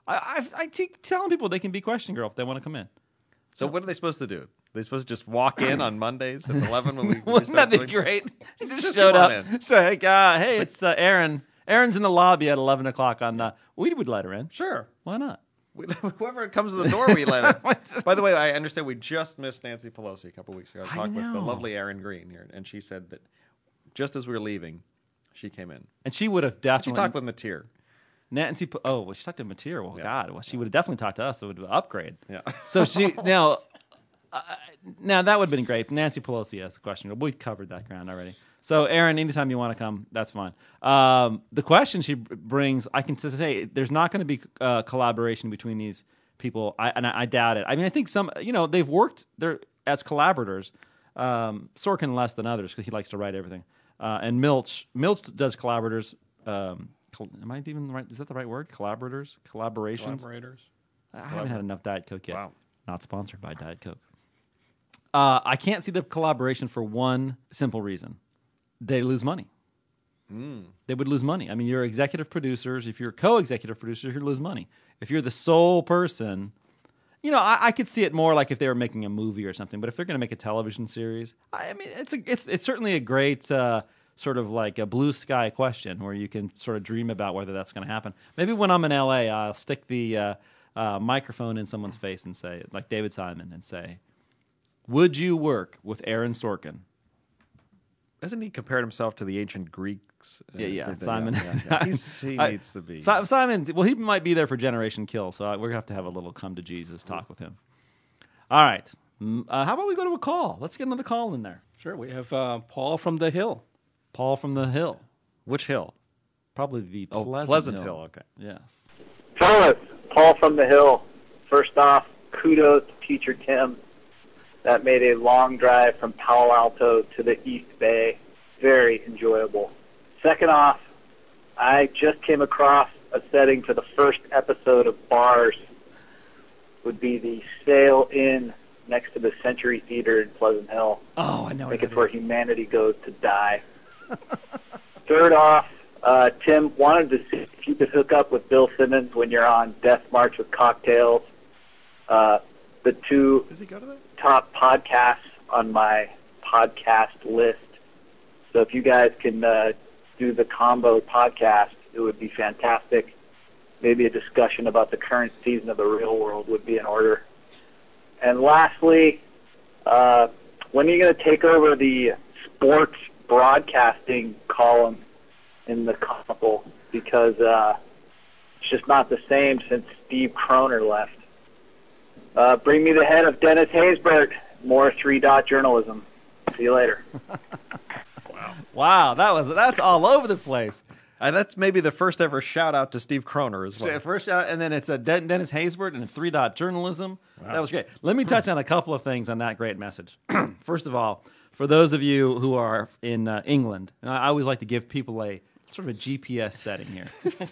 Speaker 3: I, I I keep telling people they can be question girl if they want to come in.
Speaker 4: so, what are they supposed to do? Are they supposed to just walk in on Mondays at 11 when we, when we
Speaker 3: Wouldn't that
Speaker 4: start
Speaker 3: be
Speaker 4: doing-
Speaker 3: great? She just,
Speaker 4: Just
Speaker 3: showed up.
Speaker 4: come on in.
Speaker 3: So hey, uh, hey, it's uh, Aaron. Aaron's in the lobby at eleven o'clock on. Uh, we would let her in.
Speaker 4: Sure.
Speaker 3: Why not?
Speaker 4: We- Whoever comes to the door, we let it. By the way, I understand we just missed Nancy Pelosi a couple weeks ago. I talked with the
Speaker 3: know.
Speaker 4: lovely Erin Green here, and she said that just as we were leaving, she came in.
Speaker 3: And she would have
Speaker 4: She
Speaker 3: definitely
Speaker 4: talked with Mateer.
Speaker 3: Nancy. P- Oh, well, she talked to Material. Well, God, well, she would have definitely talked to us. It would have been an upgrade.
Speaker 4: Yeah.
Speaker 3: So she now, uh, now that would have been great. Nancy Pelosi asked the question. We covered that ground already. So Aaron, anytime you want to come, that's fine. Um, the question she b- brings, I can just say, there's not going to be uh, collaboration between these people, I, and I, I doubt it. I mean, I think some, you know, they've worked they're as collaborators. Um, Sorkin less than others because he likes to write everything, uh, and Milch Milch does collaborators. Um, col- am I even right? Is that the right word? Collaborators, collaborations.
Speaker 4: Collaborators.
Speaker 3: I haven't had enough Diet Coke yet.
Speaker 4: Wow.
Speaker 3: Not sponsored by Diet Coke. Uh, I can't see the collaboration for one simple reason: they lose money. They would lose money. I mean, you're executive producers. If you're co-executive producers, you lose money. If you're the sole person, you know, I, I could see it more like if they were making a movie or something. But if they're going to make a television series, I, I mean, it's a, it's it's certainly a great uh, sort of like a blue sky question where you can sort of dream about whether that's going to happen. Maybe when I'm in LA, I'll stick the uh, uh, microphone in someone's face and say, like David Simon, and say, "Would you work with Aaron Sorkin?"
Speaker 4: Hasn't he compared himself to the ancient Greeks? Uh,
Speaker 3: Yeah, yeah,
Speaker 4: did they-
Speaker 3: Simon.
Speaker 4: yeah, yeah. He's, he
Speaker 3: I-
Speaker 4: needs to be.
Speaker 3: Si- Simon. Well, he might be there for Generation Kill, so I- we're gonna have to have a little come to Jesus
Speaker 4: Mm-hmm.
Speaker 3: talk with him. All right. Mm, Uh, how about we go to a call? Let's get another call in there.
Speaker 5: Sure. We have uh, Paul from the Hill.
Speaker 3: Paul from the Hill,
Speaker 4: Which hill?
Speaker 3: probably the
Speaker 4: Oh,
Speaker 3: Pleasant,
Speaker 4: Pleasant
Speaker 3: Hill.
Speaker 4: Hill. Okay.
Speaker 3: Yes.
Speaker 8: Fellas, Paul from the Hill. First off, kudos to Teacher Tim. That made a long drive from Palo Alto to the East Bay very enjoyable. Second off, I just came across a setting for the first episode of Bars. Would be the Sail Inn next to the Century Theater in Pleasant Hill.
Speaker 3: Oh, I know
Speaker 8: I
Speaker 3: what
Speaker 8: think
Speaker 3: that
Speaker 8: it's where
Speaker 3: is.
Speaker 8: humanity goes to die. Third off, uh, Tim wanted to see if you could hook up with Bill Simmons when you're on Death March with Cocktails. Uh, the two
Speaker 4: Does he go to that?
Speaker 8: top podcasts on my podcast list. So if you guys can uh, do the combo podcast, it would be fantastic. Maybe a discussion about the current season of the real world would be in order. And lastly, uh, when are you going to take over the sports broadcasting column in the couple? Because uh, it's just not the same since Steve Kroner left. Uh, bring me the head of Dennis Haysbert. More three dot journalism. See you later.
Speaker 3: Wow, that was that's all over the place.
Speaker 4: Uh, that's maybe the first ever shout out to Steve Croner as well.
Speaker 3: So First, uh, and then it's a Den- Dennis Haysbert and a three dot journalism. That was great. Let me touch on a couple of things on that great message. First of all, for those of you who are in uh, England, and I I always like to give people a sort of a GPS setting here.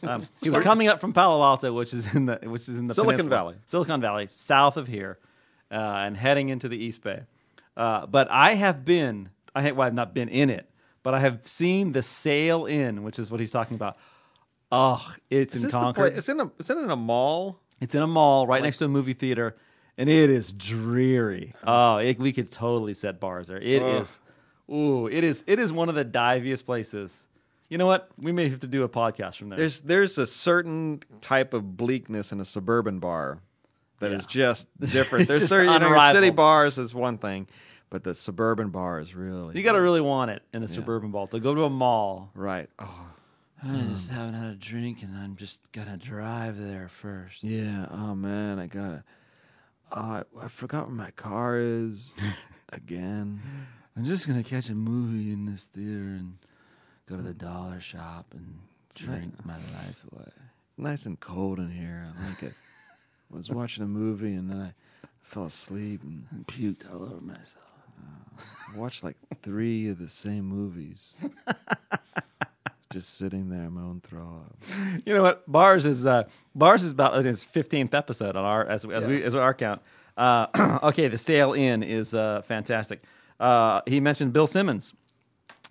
Speaker 3: Um, he was coming up from Palo Alto, which is in the which is in the
Speaker 4: Silicon
Speaker 3: peninsula.
Speaker 4: Valley.
Speaker 3: Silicon Valley, south of here, uh, and heading into the East Bay. Uh, but I have been, I have, well, I've not been in it, but I have seen the Sail Inn, which is what he's talking about. Oh, it's
Speaker 4: Is
Speaker 3: in
Speaker 4: this the
Speaker 3: Concord.
Speaker 4: place? Is it, in a, is it in a mall?
Speaker 3: It's in a mall right next to a movie theater, and it is dreary. Oh, it, we could totally set bars there. It is, ooh, it is, it is one of the diviest places. You know what? We may have to do a podcast from there.
Speaker 4: There's there's a certain type of bleakness in a suburban bar that is just different. There's
Speaker 3: just
Speaker 4: certain you know, your city
Speaker 3: unrivaled.
Speaker 4: bars is one thing, but the suburban bar is really
Speaker 3: you got to really want it in a suburban mall to go to a mall.
Speaker 4: right. Oh
Speaker 3: I just haven't had a drink, and I'm just gonna drive there first.
Speaker 4: yeah. Oh man, I gotta. Oh, I, I forgot where my car is again.
Speaker 3: I'm just gonna catch a movie in this theater and go to the dollar shop and drink my life away.
Speaker 4: It's nice and cold in here. I like it. I was watching a movie and then I fell asleep and Uh,
Speaker 3: Puked all over myself.
Speaker 4: watched like three of the same movies. Just sitting there in my own throw up.
Speaker 3: You know what? Bars is uh, Bars is about in its fifteenth episode on our as, as we as our count. Uh, okay, the Sail in is uh, fantastic. Uh, he mentioned Bill Simmons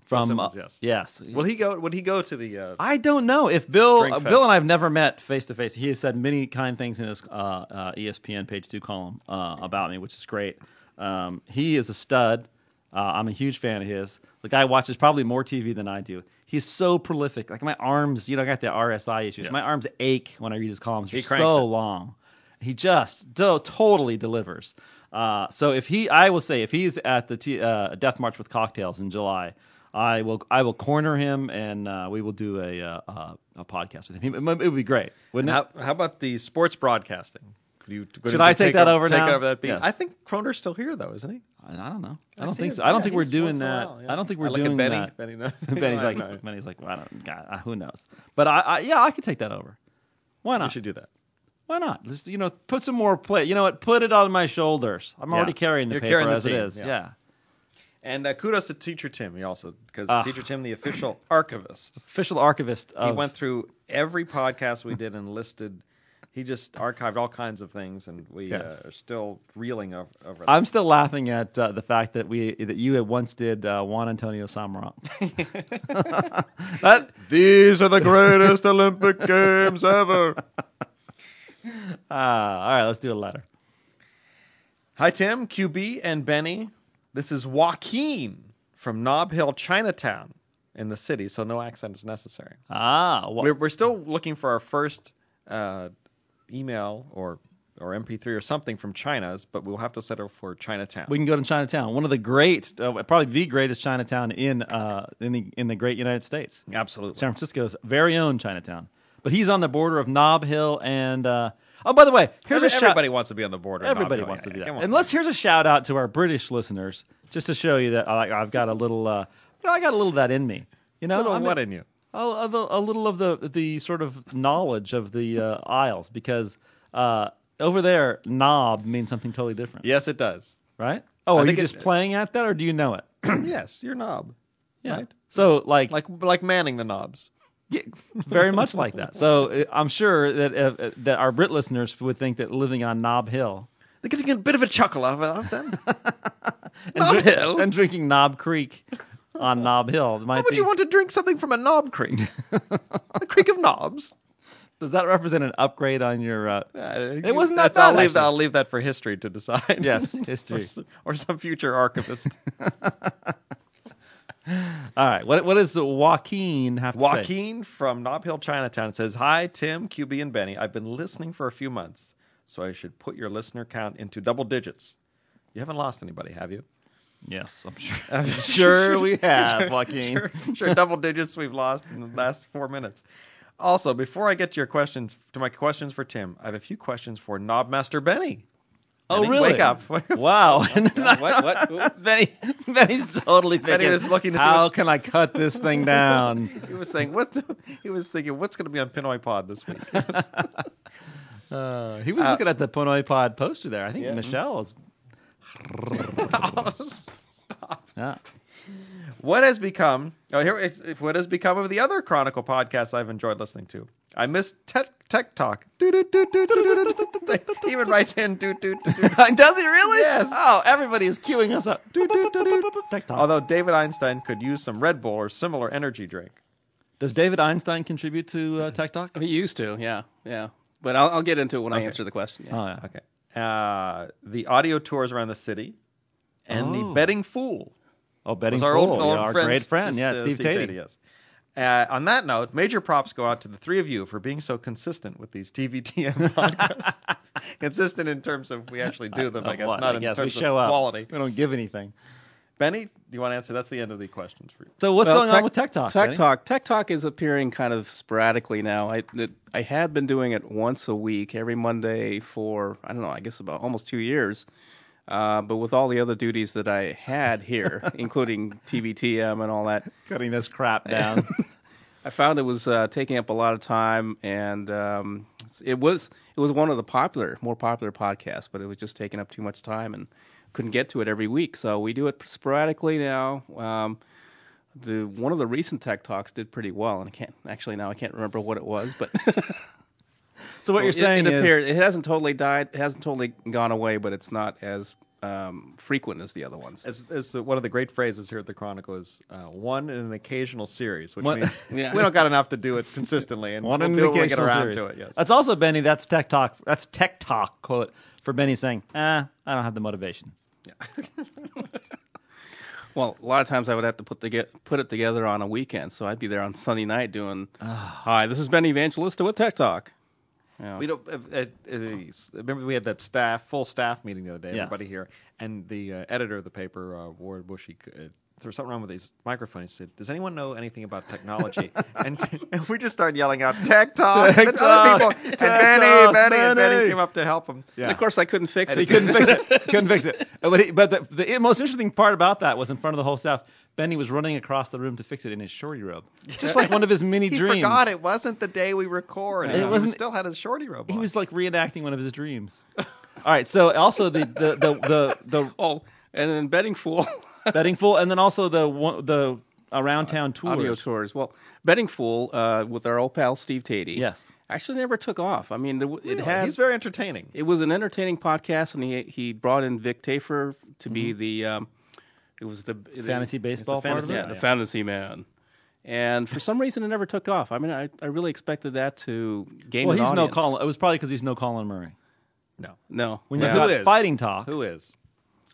Speaker 3: from
Speaker 4: Simmons,
Speaker 3: uh,
Speaker 4: yes.
Speaker 3: yes.
Speaker 4: Will he go? Would he go to the? Uh,
Speaker 3: I don't know if Bill
Speaker 4: Drink
Speaker 3: uh,
Speaker 4: fest.
Speaker 3: Bill and I have never met face to face. He has said many kind things in his uh, uh, ESPN page two column uh, about me, which is great. Um, he is a stud. Uh, I'm a huge fan of his. The guy watches probably more TV than I do. He's so prolific. Like my arms, you know, I got the RSI issues. My arms ache when I read his columns. They're
Speaker 4: cranks
Speaker 3: so
Speaker 4: it.
Speaker 3: long. He just do- totally delivers. Uh, so if he, I will say, if he's at the t- uh, Death March with Cocktails in July, I will I will corner him and uh, we will do a uh, uh, a podcast with him. He- It would be great, wouldn't
Speaker 4: how,
Speaker 3: it?
Speaker 4: how about the sports broadcasting? Could you- could
Speaker 3: Should
Speaker 4: you
Speaker 3: I take that over
Speaker 4: take
Speaker 3: now?
Speaker 4: over that beat?
Speaker 3: Yes.
Speaker 4: I think Croner's still here though, isn't he?
Speaker 3: I I don't know. I don't
Speaker 4: see
Speaker 3: think
Speaker 4: him.
Speaker 3: so. I don't
Speaker 4: Yeah,
Speaker 3: think we're
Speaker 4: he's once
Speaker 3: doing
Speaker 4: in a
Speaker 3: that.
Speaker 4: while,
Speaker 3: I don't think
Speaker 4: yeah.
Speaker 3: we're
Speaker 4: I look at
Speaker 3: doing
Speaker 4: Benny.
Speaker 3: that.
Speaker 4: Benny knows.
Speaker 3: Benny's
Speaker 4: I
Speaker 3: like,
Speaker 4: know.
Speaker 3: Benny's like, well, I don't, God, uh, who knows? But I, I, yeah, I could take that over. Why
Speaker 4: we
Speaker 3: not?
Speaker 4: should do that.
Speaker 3: Why not? Let's, you know, put some more play. You know what? Put it on my shoulders. I'm already carrying the
Speaker 4: You're
Speaker 3: paper
Speaker 4: carrying the
Speaker 3: as
Speaker 4: team,
Speaker 3: it is.
Speaker 4: yeah.
Speaker 3: yeah.
Speaker 4: And uh, kudos to Teacher Tim. He also because
Speaker 3: Ah.
Speaker 4: Teacher Tim, the official archivist,
Speaker 3: official archivist
Speaker 4: he
Speaker 3: of
Speaker 4: went through every podcast we did and listed. He just archived all kinds of things, and we
Speaker 3: Yes.
Speaker 4: uh, are still reeling over. over that.
Speaker 3: I'm still laughing at uh, the fact that we that you had once did uh, Juan Antonio Samaranch. that
Speaker 4: These are the greatest Olympic Games ever.
Speaker 3: uh, all right, let's do a letter.
Speaker 4: Hi, Tim, QB, and Benny. This is Joaquin from Nob Hill, Chinatown, in the city, so no accent is necessary.
Speaker 3: Ah, wha-
Speaker 4: We're, we're still looking for our first uh, email or or MP3 or something from China's, but we'll have to settle for Chinatown.
Speaker 3: we can go to Chinatown, one of the great, uh, probably the greatest Chinatown in uh, in the in the great United States.
Speaker 4: Absolutely.
Speaker 3: San Francisco's very own Chinatown. But he's on the border of Nob Hill and uh, oh, by the way, here's
Speaker 4: Every-
Speaker 3: a shout.
Speaker 4: everybody wants to be on the border. of Nob
Speaker 3: Everybody
Speaker 4: Hill.
Speaker 3: wants to do
Speaker 4: Yeah,
Speaker 3: that.
Speaker 4: come on.
Speaker 3: And let's here's a shout out to our British listeners, just to show you that I, I've got a little, uh, you know, I got a little of that in me. You know,
Speaker 4: Little
Speaker 3: I'm-
Speaker 4: what in you?
Speaker 3: A, a, little- a little of the the sort of knowledge of the uh, Isles, because uh, over there, knob means something totally different.
Speaker 4: Yes, it does.
Speaker 3: Right. Oh,
Speaker 4: I
Speaker 3: are you
Speaker 4: think it-
Speaker 3: just playing at that, or do you know it?
Speaker 4: yes, your knob.
Speaker 3: Yeah.
Speaker 4: Right.
Speaker 3: So like,
Speaker 4: Like like manning the knobs.
Speaker 3: yeah, very much like that. So uh, I'm sure that uh, uh, that our Brit listeners would think that living on Knob Hill
Speaker 4: They're getting a bit of a chuckle out of them.
Speaker 3: and,
Speaker 4: Knob
Speaker 3: drink-
Speaker 4: Hill?
Speaker 3: and drinking Knob Creek on Knob Hill might
Speaker 4: Why would
Speaker 3: be-
Speaker 4: you want to drink something from a knob creek? the creek of knobs.
Speaker 3: does that represent an upgrade on your? Uh,
Speaker 4: It
Speaker 3: wasn't that
Speaker 4: I'll
Speaker 3: bad,
Speaker 4: leave that.
Speaker 3: actually.
Speaker 4: I'll leave that for history to decide.
Speaker 3: Yes,
Speaker 4: or,
Speaker 3: history.
Speaker 4: s- or some future archivist.
Speaker 3: All right. What what does Joaquin have to say?
Speaker 4: Joaquin from Knob Hill, Chinatown says, "Hi Tim, QB, and Benny. I've been listening for a few months, so I should put your listener count into double digits. You haven't lost anybody, have you?
Speaker 3: Yes, I'm sure. I'm sure we have Joaquin.
Speaker 4: sure, sure, double digits we've lost in the last four minutes. Also, before I get to your questions, to my questions for Tim, I have a few questions for Knobmaster Benny.
Speaker 3: Oh,
Speaker 4: Benny,
Speaker 3: really?
Speaker 4: Wake up!
Speaker 3: Wow.
Speaker 5: what? What?
Speaker 3: Benny, Benny's totally thinking.
Speaker 4: was looking to see
Speaker 3: how
Speaker 4: what's-
Speaker 3: can I cut this thing down?
Speaker 4: he was saying what? the- he was thinking, what's going to be on Pinoy Pod this week? Uh,
Speaker 3: He was looking at the Pinoy Pod poster there. I think Michelle is.
Speaker 4: Oh,
Speaker 3: Stop.
Speaker 4: What has become? Oh, here it's, what has become of the other Chronicle podcasts I've enjoyed listening to? I miss Tech Tech Talk. Doo, doo, doo, doo, doo, doo, doo, doo. He even writes in doo, doo, doo, doo.
Speaker 3: Does he really?
Speaker 4: Yes.
Speaker 3: Oh, everybody is queuing us up. TikTok.
Speaker 4: Although David Einstein could use some Red Bull or similar energy drink.
Speaker 3: Does David Einstein contribute to uh, Tech Talk?
Speaker 5: He used to, yeah, yeah. But I'll, I'll get into it when I answer the question. Yeah.
Speaker 3: Oh, yeah.
Speaker 4: Okay. Uh, the audio tours around the city, and the
Speaker 3: Oh.
Speaker 4: betting fool
Speaker 3: Oh, betting
Speaker 4: was our
Speaker 3: fool.
Speaker 4: old, old
Speaker 3: yeah, our
Speaker 4: friend,
Speaker 3: great friend.
Speaker 4: S-
Speaker 3: Yeah,
Speaker 4: uh,
Speaker 3: Steve,
Speaker 4: Tatey,
Speaker 3: Tatey.
Speaker 4: yes. Uh, on that note, major props go out to the three of you for being so consistent with these TVTM podcasts. consistent in terms Uh, of we actually do them, I guess,
Speaker 3: What?
Speaker 4: not in
Speaker 3: guess we
Speaker 4: terms
Speaker 3: show
Speaker 4: of
Speaker 3: up.
Speaker 4: quality.
Speaker 3: We don't give anything.
Speaker 4: Benny, do you want to answer? That's the end of the questions for you.
Speaker 3: So what's
Speaker 5: Well,
Speaker 3: going on with Tech Talk?
Speaker 5: Tech
Speaker 3: Benny?
Speaker 5: Talk. Tech Talk is appearing kind of sporadically now. I it, I had been doing it once a week, every Monday for I don't know, I guess about almost two years. Uh, but with all the other duties that I had here, including TBTM and all that,
Speaker 3: Cutting this crap down.
Speaker 5: I found it was uh, taking up a lot of time, and um, it was it was one of the popular, more popular podcasts, but it was just taking up too much time and couldn't get to it every week. So we do it sporadically now. Um, the one of the recent tech talks did pretty well, and I can't actually now I can't remember what it was, but
Speaker 3: so what you're
Speaker 5: it-
Speaker 3: saying
Speaker 5: it,
Speaker 3: is
Speaker 5: appeared- it hasn't totally died, it hasn't totally gone away, but it's not as um, frequent as the other ones.
Speaker 4: It's, it's uh, one of the great phrases here at the Chronicle is uh, one in an occasional series, which
Speaker 3: One-
Speaker 4: means
Speaker 5: Yeah.
Speaker 4: we don't got enough to do it consistently, and
Speaker 3: One
Speaker 4: we'll
Speaker 3: in
Speaker 4: do
Speaker 3: the
Speaker 4: it when we get
Speaker 3: occasional
Speaker 4: around
Speaker 3: series.
Speaker 4: to it. Yes.
Speaker 3: That's also Benny. That's tech talk. That's tech talk quote for Benny saying, "Ah, I don't have the motivation."
Speaker 5: Well, a lot of times I would have to put the put it together on a weekend, so I'd be there on Sunday night doing.
Speaker 3: Ah.
Speaker 5: Hi, this is Ben Evangelista with Tech Talk.
Speaker 4: We don't uh, uh, uh, remember we had that staff full staff meeting the other day.
Speaker 3: Yes.
Speaker 4: Everybody here and the uh, editor of the paper, uh, Ward Bushy. c- Uh, there was something wrong with his microphone. He said, "Does anyone know anything about technology?" and, and we just started yelling out, "Tech talk!"
Speaker 3: Tech
Speaker 4: and other
Speaker 3: talk!
Speaker 4: people, and
Speaker 3: Tech
Speaker 4: Benny,
Speaker 3: talk,
Speaker 4: Benny, and Benny
Speaker 3: Benny!
Speaker 4: came up to help him.
Speaker 5: And of course, I couldn't fix
Speaker 3: He
Speaker 5: it.
Speaker 3: couldn't fix it. Couldn't fix it. Uh, But, he, but the, the most interesting part about that was in front of the whole staff. Benny was running across the room to fix it in his shorty robe, just like one of his mini
Speaker 4: He
Speaker 3: dreams.
Speaker 4: forgot it wasn't the day we record.
Speaker 3: It
Speaker 4: It was
Speaker 3: wasn't-
Speaker 4: still had his shorty robe.
Speaker 3: He
Speaker 4: on.
Speaker 3: was like reenacting one of his dreams. All right. So also the the the the,
Speaker 5: Oh, and then betting fool.
Speaker 3: the betting fool, and then also the one- the around town tour.
Speaker 5: Audio tours. Well, betting fool uh, with our old pal Steve Tatey.
Speaker 3: Yes.
Speaker 5: actually never took off. I mean, there, w it
Speaker 4: Really,
Speaker 5: had
Speaker 4: He's very entertaining.
Speaker 5: it was an entertaining podcast, and he he brought in Vic Tafer to be the um, it was the
Speaker 3: Mm-hmm. Fantasy
Speaker 5: the,
Speaker 3: baseball part of
Speaker 4: fantasy-
Speaker 3: it?
Speaker 5: yeah, the fantasy man. And for some reason, it never took off. I mean, I, I really expected that to gain.
Speaker 3: Well,
Speaker 5: an
Speaker 3: he's no
Speaker 5: audience.
Speaker 3: Colin. It was probably because he's no Colin Murray.
Speaker 4: No,
Speaker 5: No,
Speaker 3: When
Speaker 5: no.
Speaker 3: you've got
Speaker 4: Who is?
Speaker 3: fighting talk,
Speaker 4: who is?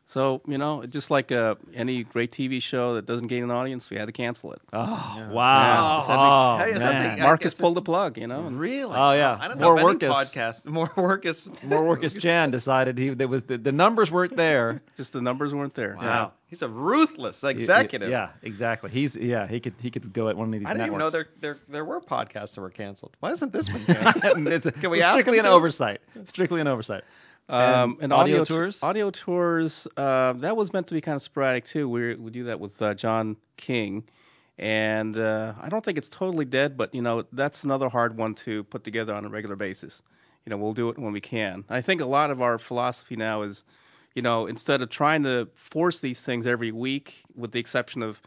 Speaker 5: So you know, just like uh, any great TV show that doesn't gain an audience, we had to cancel it.
Speaker 3: Uh, oh, Wow.
Speaker 4: Just had to-
Speaker 3: Oh,
Speaker 4: Hey, is that
Speaker 3: man.
Speaker 4: the- I
Speaker 5: Marcus
Speaker 4: guess it-
Speaker 5: pulled the plug, you know. and-
Speaker 4: Really?
Speaker 3: Oh, yeah.
Speaker 4: I don't
Speaker 3: More
Speaker 4: know.
Speaker 3: work is-
Speaker 4: podcast. More work is
Speaker 3: More work as Jan decided he that was the, the numbers weren't there.
Speaker 5: Just the numbers weren't there.
Speaker 4: Wow. He's a ruthless executive.
Speaker 3: Yeah, exactly. He's yeah, he could he could go at one of these
Speaker 4: I didn't even know
Speaker 3: networks.
Speaker 4: there, there there were podcasts that were canceled. Why isn't this one canceled?
Speaker 3: it's,
Speaker 4: Can we
Speaker 3: it's
Speaker 4: ask
Speaker 3: strictly
Speaker 4: him
Speaker 3: an
Speaker 4: to?
Speaker 3: oversight. Strictly an oversight.
Speaker 5: Um, and, audio,
Speaker 3: audio
Speaker 5: t-
Speaker 3: tours?
Speaker 5: audio tours. Uh, that was meant to be kind of sporadic too. We we do that with uh, John King, and uh, I don't think it's totally dead, but you know that's another hard one to put together on a regular basis. You know, we'll do it when we can. I think a lot of our philosophy now is, you know, instead of trying to force these things every week, with the exception of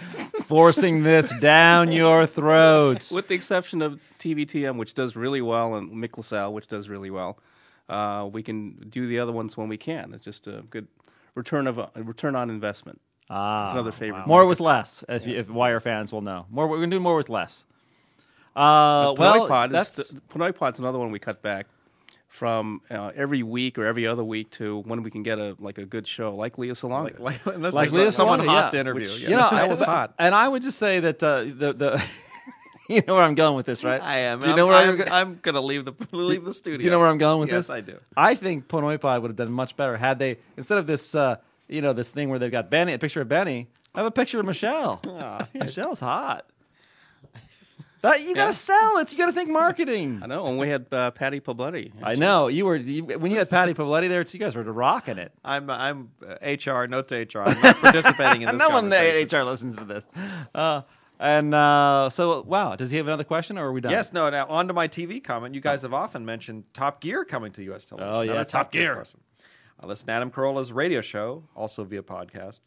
Speaker 3: forcing this down your throats.
Speaker 5: with the exception of TVTM, which does really well, and Miklasal, which does really well. Uh, we can do the other ones when we can. It's just a good return of a return on investment.
Speaker 3: Uh,
Speaker 5: Ah, it's another favorite.
Speaker 3: More with less, as you, if Wire fans will know. More, we're gonna do more with less. Uh, well,
Speaker 5: Pinoypod
Speaker 3: that's
Speaker 5: is Pinoy Pod's another one we cut back from uh, every week or every other week to when we can get a like a good show like Leah Salonga.
Speaker 4: Like, unless
Speaker 3: Like
Speaker 4: there's
Speaker 3: Leah
Speaker 4: someone
Speaker 3: Salonga,
Speaker 4: hot
Speaker 3: yeah.
Speaker 4: to interview.
Speaker 5: Which-
Speaker 4: yeah.
Speaker 3: you know,
Speaker 5: I
Speaker 3: I
Speaker 5: was hot.
Speaker 3: and I would just say that uh, the the you know where I'm going with this, right?
Speaker 4: I am.
Speaker 3: Do you know where
Speaker 4: I'm,
Speaker 3: I'm, go-
Speaker 4: I'm, I'm gonna leave the leave the studio.
Speaker 3: Do you know where I'm going with
Speaker 4: yes,
Speaker 3: this?
Speaker 4: I do.
Speaker 3: I think Ponoy Pod would have done much better had they instead of this, uh, you know, this thing where they've got Benny, a picture of Benny, have a picture of Michelle.
Speaker 4: Ah,
Speaker 3: Michelle's hot. That, you gotta sell it. You gotta think marketing.
Speaker 5: I know, and we had uh, Patty Pabletti.
Speaker 3: I know you were you, when you had Patty Pavletti there. too, You guys were rocking it.
Speaker 4: I'm I'm uh, HR, note to HR. I'm not participating in this.
Speaker 3: no one
Speaker 4: conversation.
Speaker 3: at HR listens to this. Uh, and uh, so, wow, does he have another question, or are we done?
Speaker 4: Yes, no. Now on to my TV comment. You guys have often mentioned Top Gear coming to U.S. television.
Speaker 3: Oh, yeah,
Speaker 4: Another
Speaker 3: Top Gear.
Speaker 4: person. I listen to Adam Carolla's radio show, also via podcast,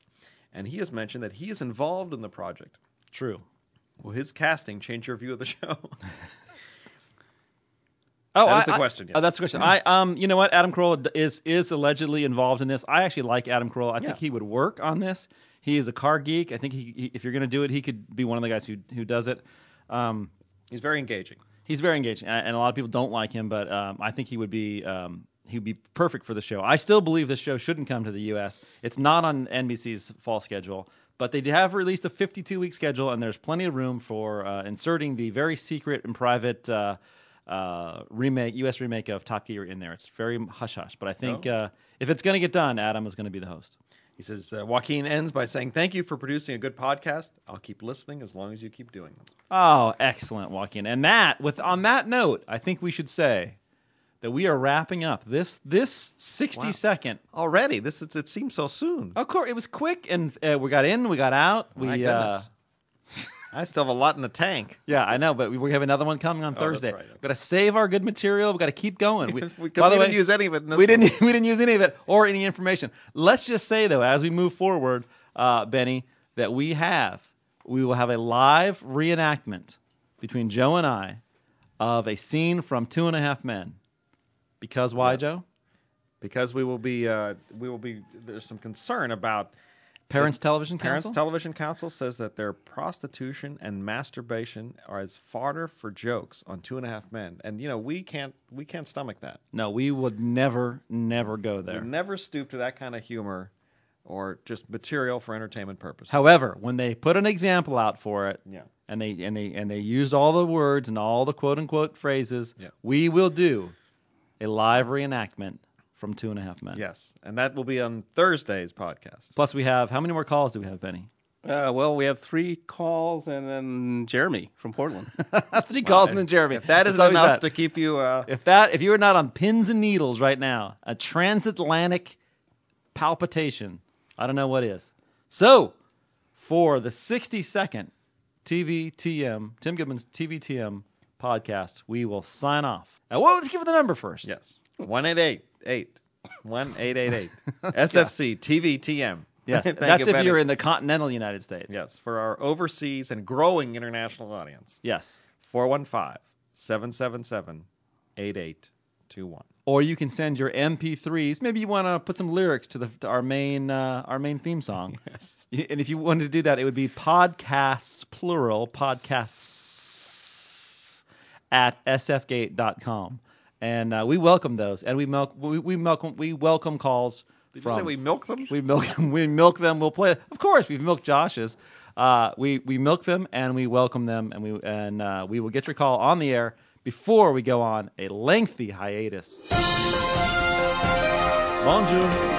Speaker 4: and he has mentioned that he is involved in the project.
Speaker 3: true.
Speaker 4: Will his casting change your view of the show?
Speaker 3: Oh,
Speaker 4: That is
Speaker 3: I-
Speaker 4: the
Speaker 3: I-
Speaker 4: question, yeah.
Speaker 3: Oh, that's the question. I um, you know what? Adam Carolla d- is is allegedly involved in this. I actually like Adam Carolla. I think
Speaker 4: Yeah.
Speaker 3: he would work on this. He is a car geek. I think he, he if you're going to do it, he could be one of the guys who who does it. Um,
Speaker 4: He's very engaging.
Speaker 3: he's very engaging, a- and a lot of people don't like him, but um, I think he would be um, he would be perfect for the show. I still believe this show shouldn't come to the U.S. It's not on NBC's fall schedule, but they have released a 52 week schedule, and there's plenty of room for uh, inserting the very secret and private. Uh, uh, remake U.S. remake of Top Gear in there. It's very hush hush, but I think uh, if it's going to get done, Adam is going to be the host.
Speaker 4: He says uh, Joaquin ends by saying, "Thank you for producing a good podcast. I'll keep listening as long as you keep doing them."
Speaker 3: Oh, excellent, Joaquin. And that, with on that note, I think we should say that we are wrapping up this this sixty second.
Speaker 4: Already, this is, it seems so soon.
Speaker 3: Of course, it was quick, and uh, we got in, we got out. We,
Speaker 4: My
Speaker 3: uh,
Speaker 4: goodness. I still have a lot in the tank.
Speaker 3: yeah, I know, but we, we have another one coming on
Speaker 4: Oh, that's
Speaker 3: Thursday.
Speaker 4: right, okay.
Speaker 3: We've got to save our good material. We've got to keep going. We,
Speaker 4: We- 'cause
Speaker 3: by the
Speaker 4: we
Speaker 3: way,
Speaker 4: didn't use any of it in this
Speaker 3: we
Speaker 4: one.
Speaker 3: didn't. We didn't use any of it or any information. Let's just say though, as we move forward, uh, Benny, that we have we will have a live reenactment between Joe and I of a scene from Two and a Half Men. Because why,
Speaker 4: Yes.
Speaker 3: Joe?
Speaker 4: because we will be uh, we will be there's some concern about
Speaker 3: Parents Television
Speaker 4: parents
Speaker 3: Council.
Speaker 4: television council says that their prostitution and masturbation are as fodder for jokes on two and a half men and you know we can't we can't stomach that
Speaker 3: no, we would never, never go there.
Speaker 4: never stoop to that kind of humor or just material for entertainment purposes
Speaker 3: However, when they put an example out for it,
Speaker 4: Yeah.
Speaker 3: and they and they and they used all the words and all the quote unquote phrases,
Speaker 4: Yeah.
Speaker 3: we will do a live reenactment from Two and a Half Men.
Speaker 4: yes and that will be on thursday's podcast
Speaker 3: Plus, we have how many more calls do we have, Benny?
Speaker 5: Uh, well, we have three calls, and then Jeremy from Portland.
Speaker 3: Three calls and then Jeremy.
Speaker 4: if that
Speaker 3: It's
Speaker 4: is
Speaker 3: always
Speaker 4: enough
Speaker 3: that.
Speaker 4: to keep you uh,
Speaker 3: if that if you are not on pins and needles right now, a transatlantic palpitation, I don't know what is. So, for the 62nd TVTM, Tim Goodman's TVTM podcast, we will sign off. Now, well, let's give it the number first.
Speaker 4: yes 1888 1888 sfc tvtm
Speaker 3: Yes.
Speaker 4: Thank
Speaker 3: That's
Speaker 4: you,
Speaker 3: if
Speaker 4: Benny.
Speaker 3: you're in the continental United States.
Speaker 4: Yes, for our overseas and growing international audience.
Speaker 3: Yes.
Speaker 4: 415 777 8821.
Speaker 3: Or you can send your MP3s. Maybe you want to put some lyrics to, the, to our main uh, our main theme song.
Speaker 4: Yes.
Speaker 3: Y- And if you wanted to do that, it would be podcasts, plural, podcasts at sfgate.com. And uh, we welcome those. And we, milk, we, we, welcome, we welcome calls.
Speaker 4: Did
Speaker 3: from,
Speaker 4: you say we milk them?
Speaker 3: we milk them. We milk them. We'll play. Of course, we've milked Josh's. Uh, we we milk them and we welcome them and we and uh, we will get your call on the air before we go on a lengthy hiatus. Bonjour.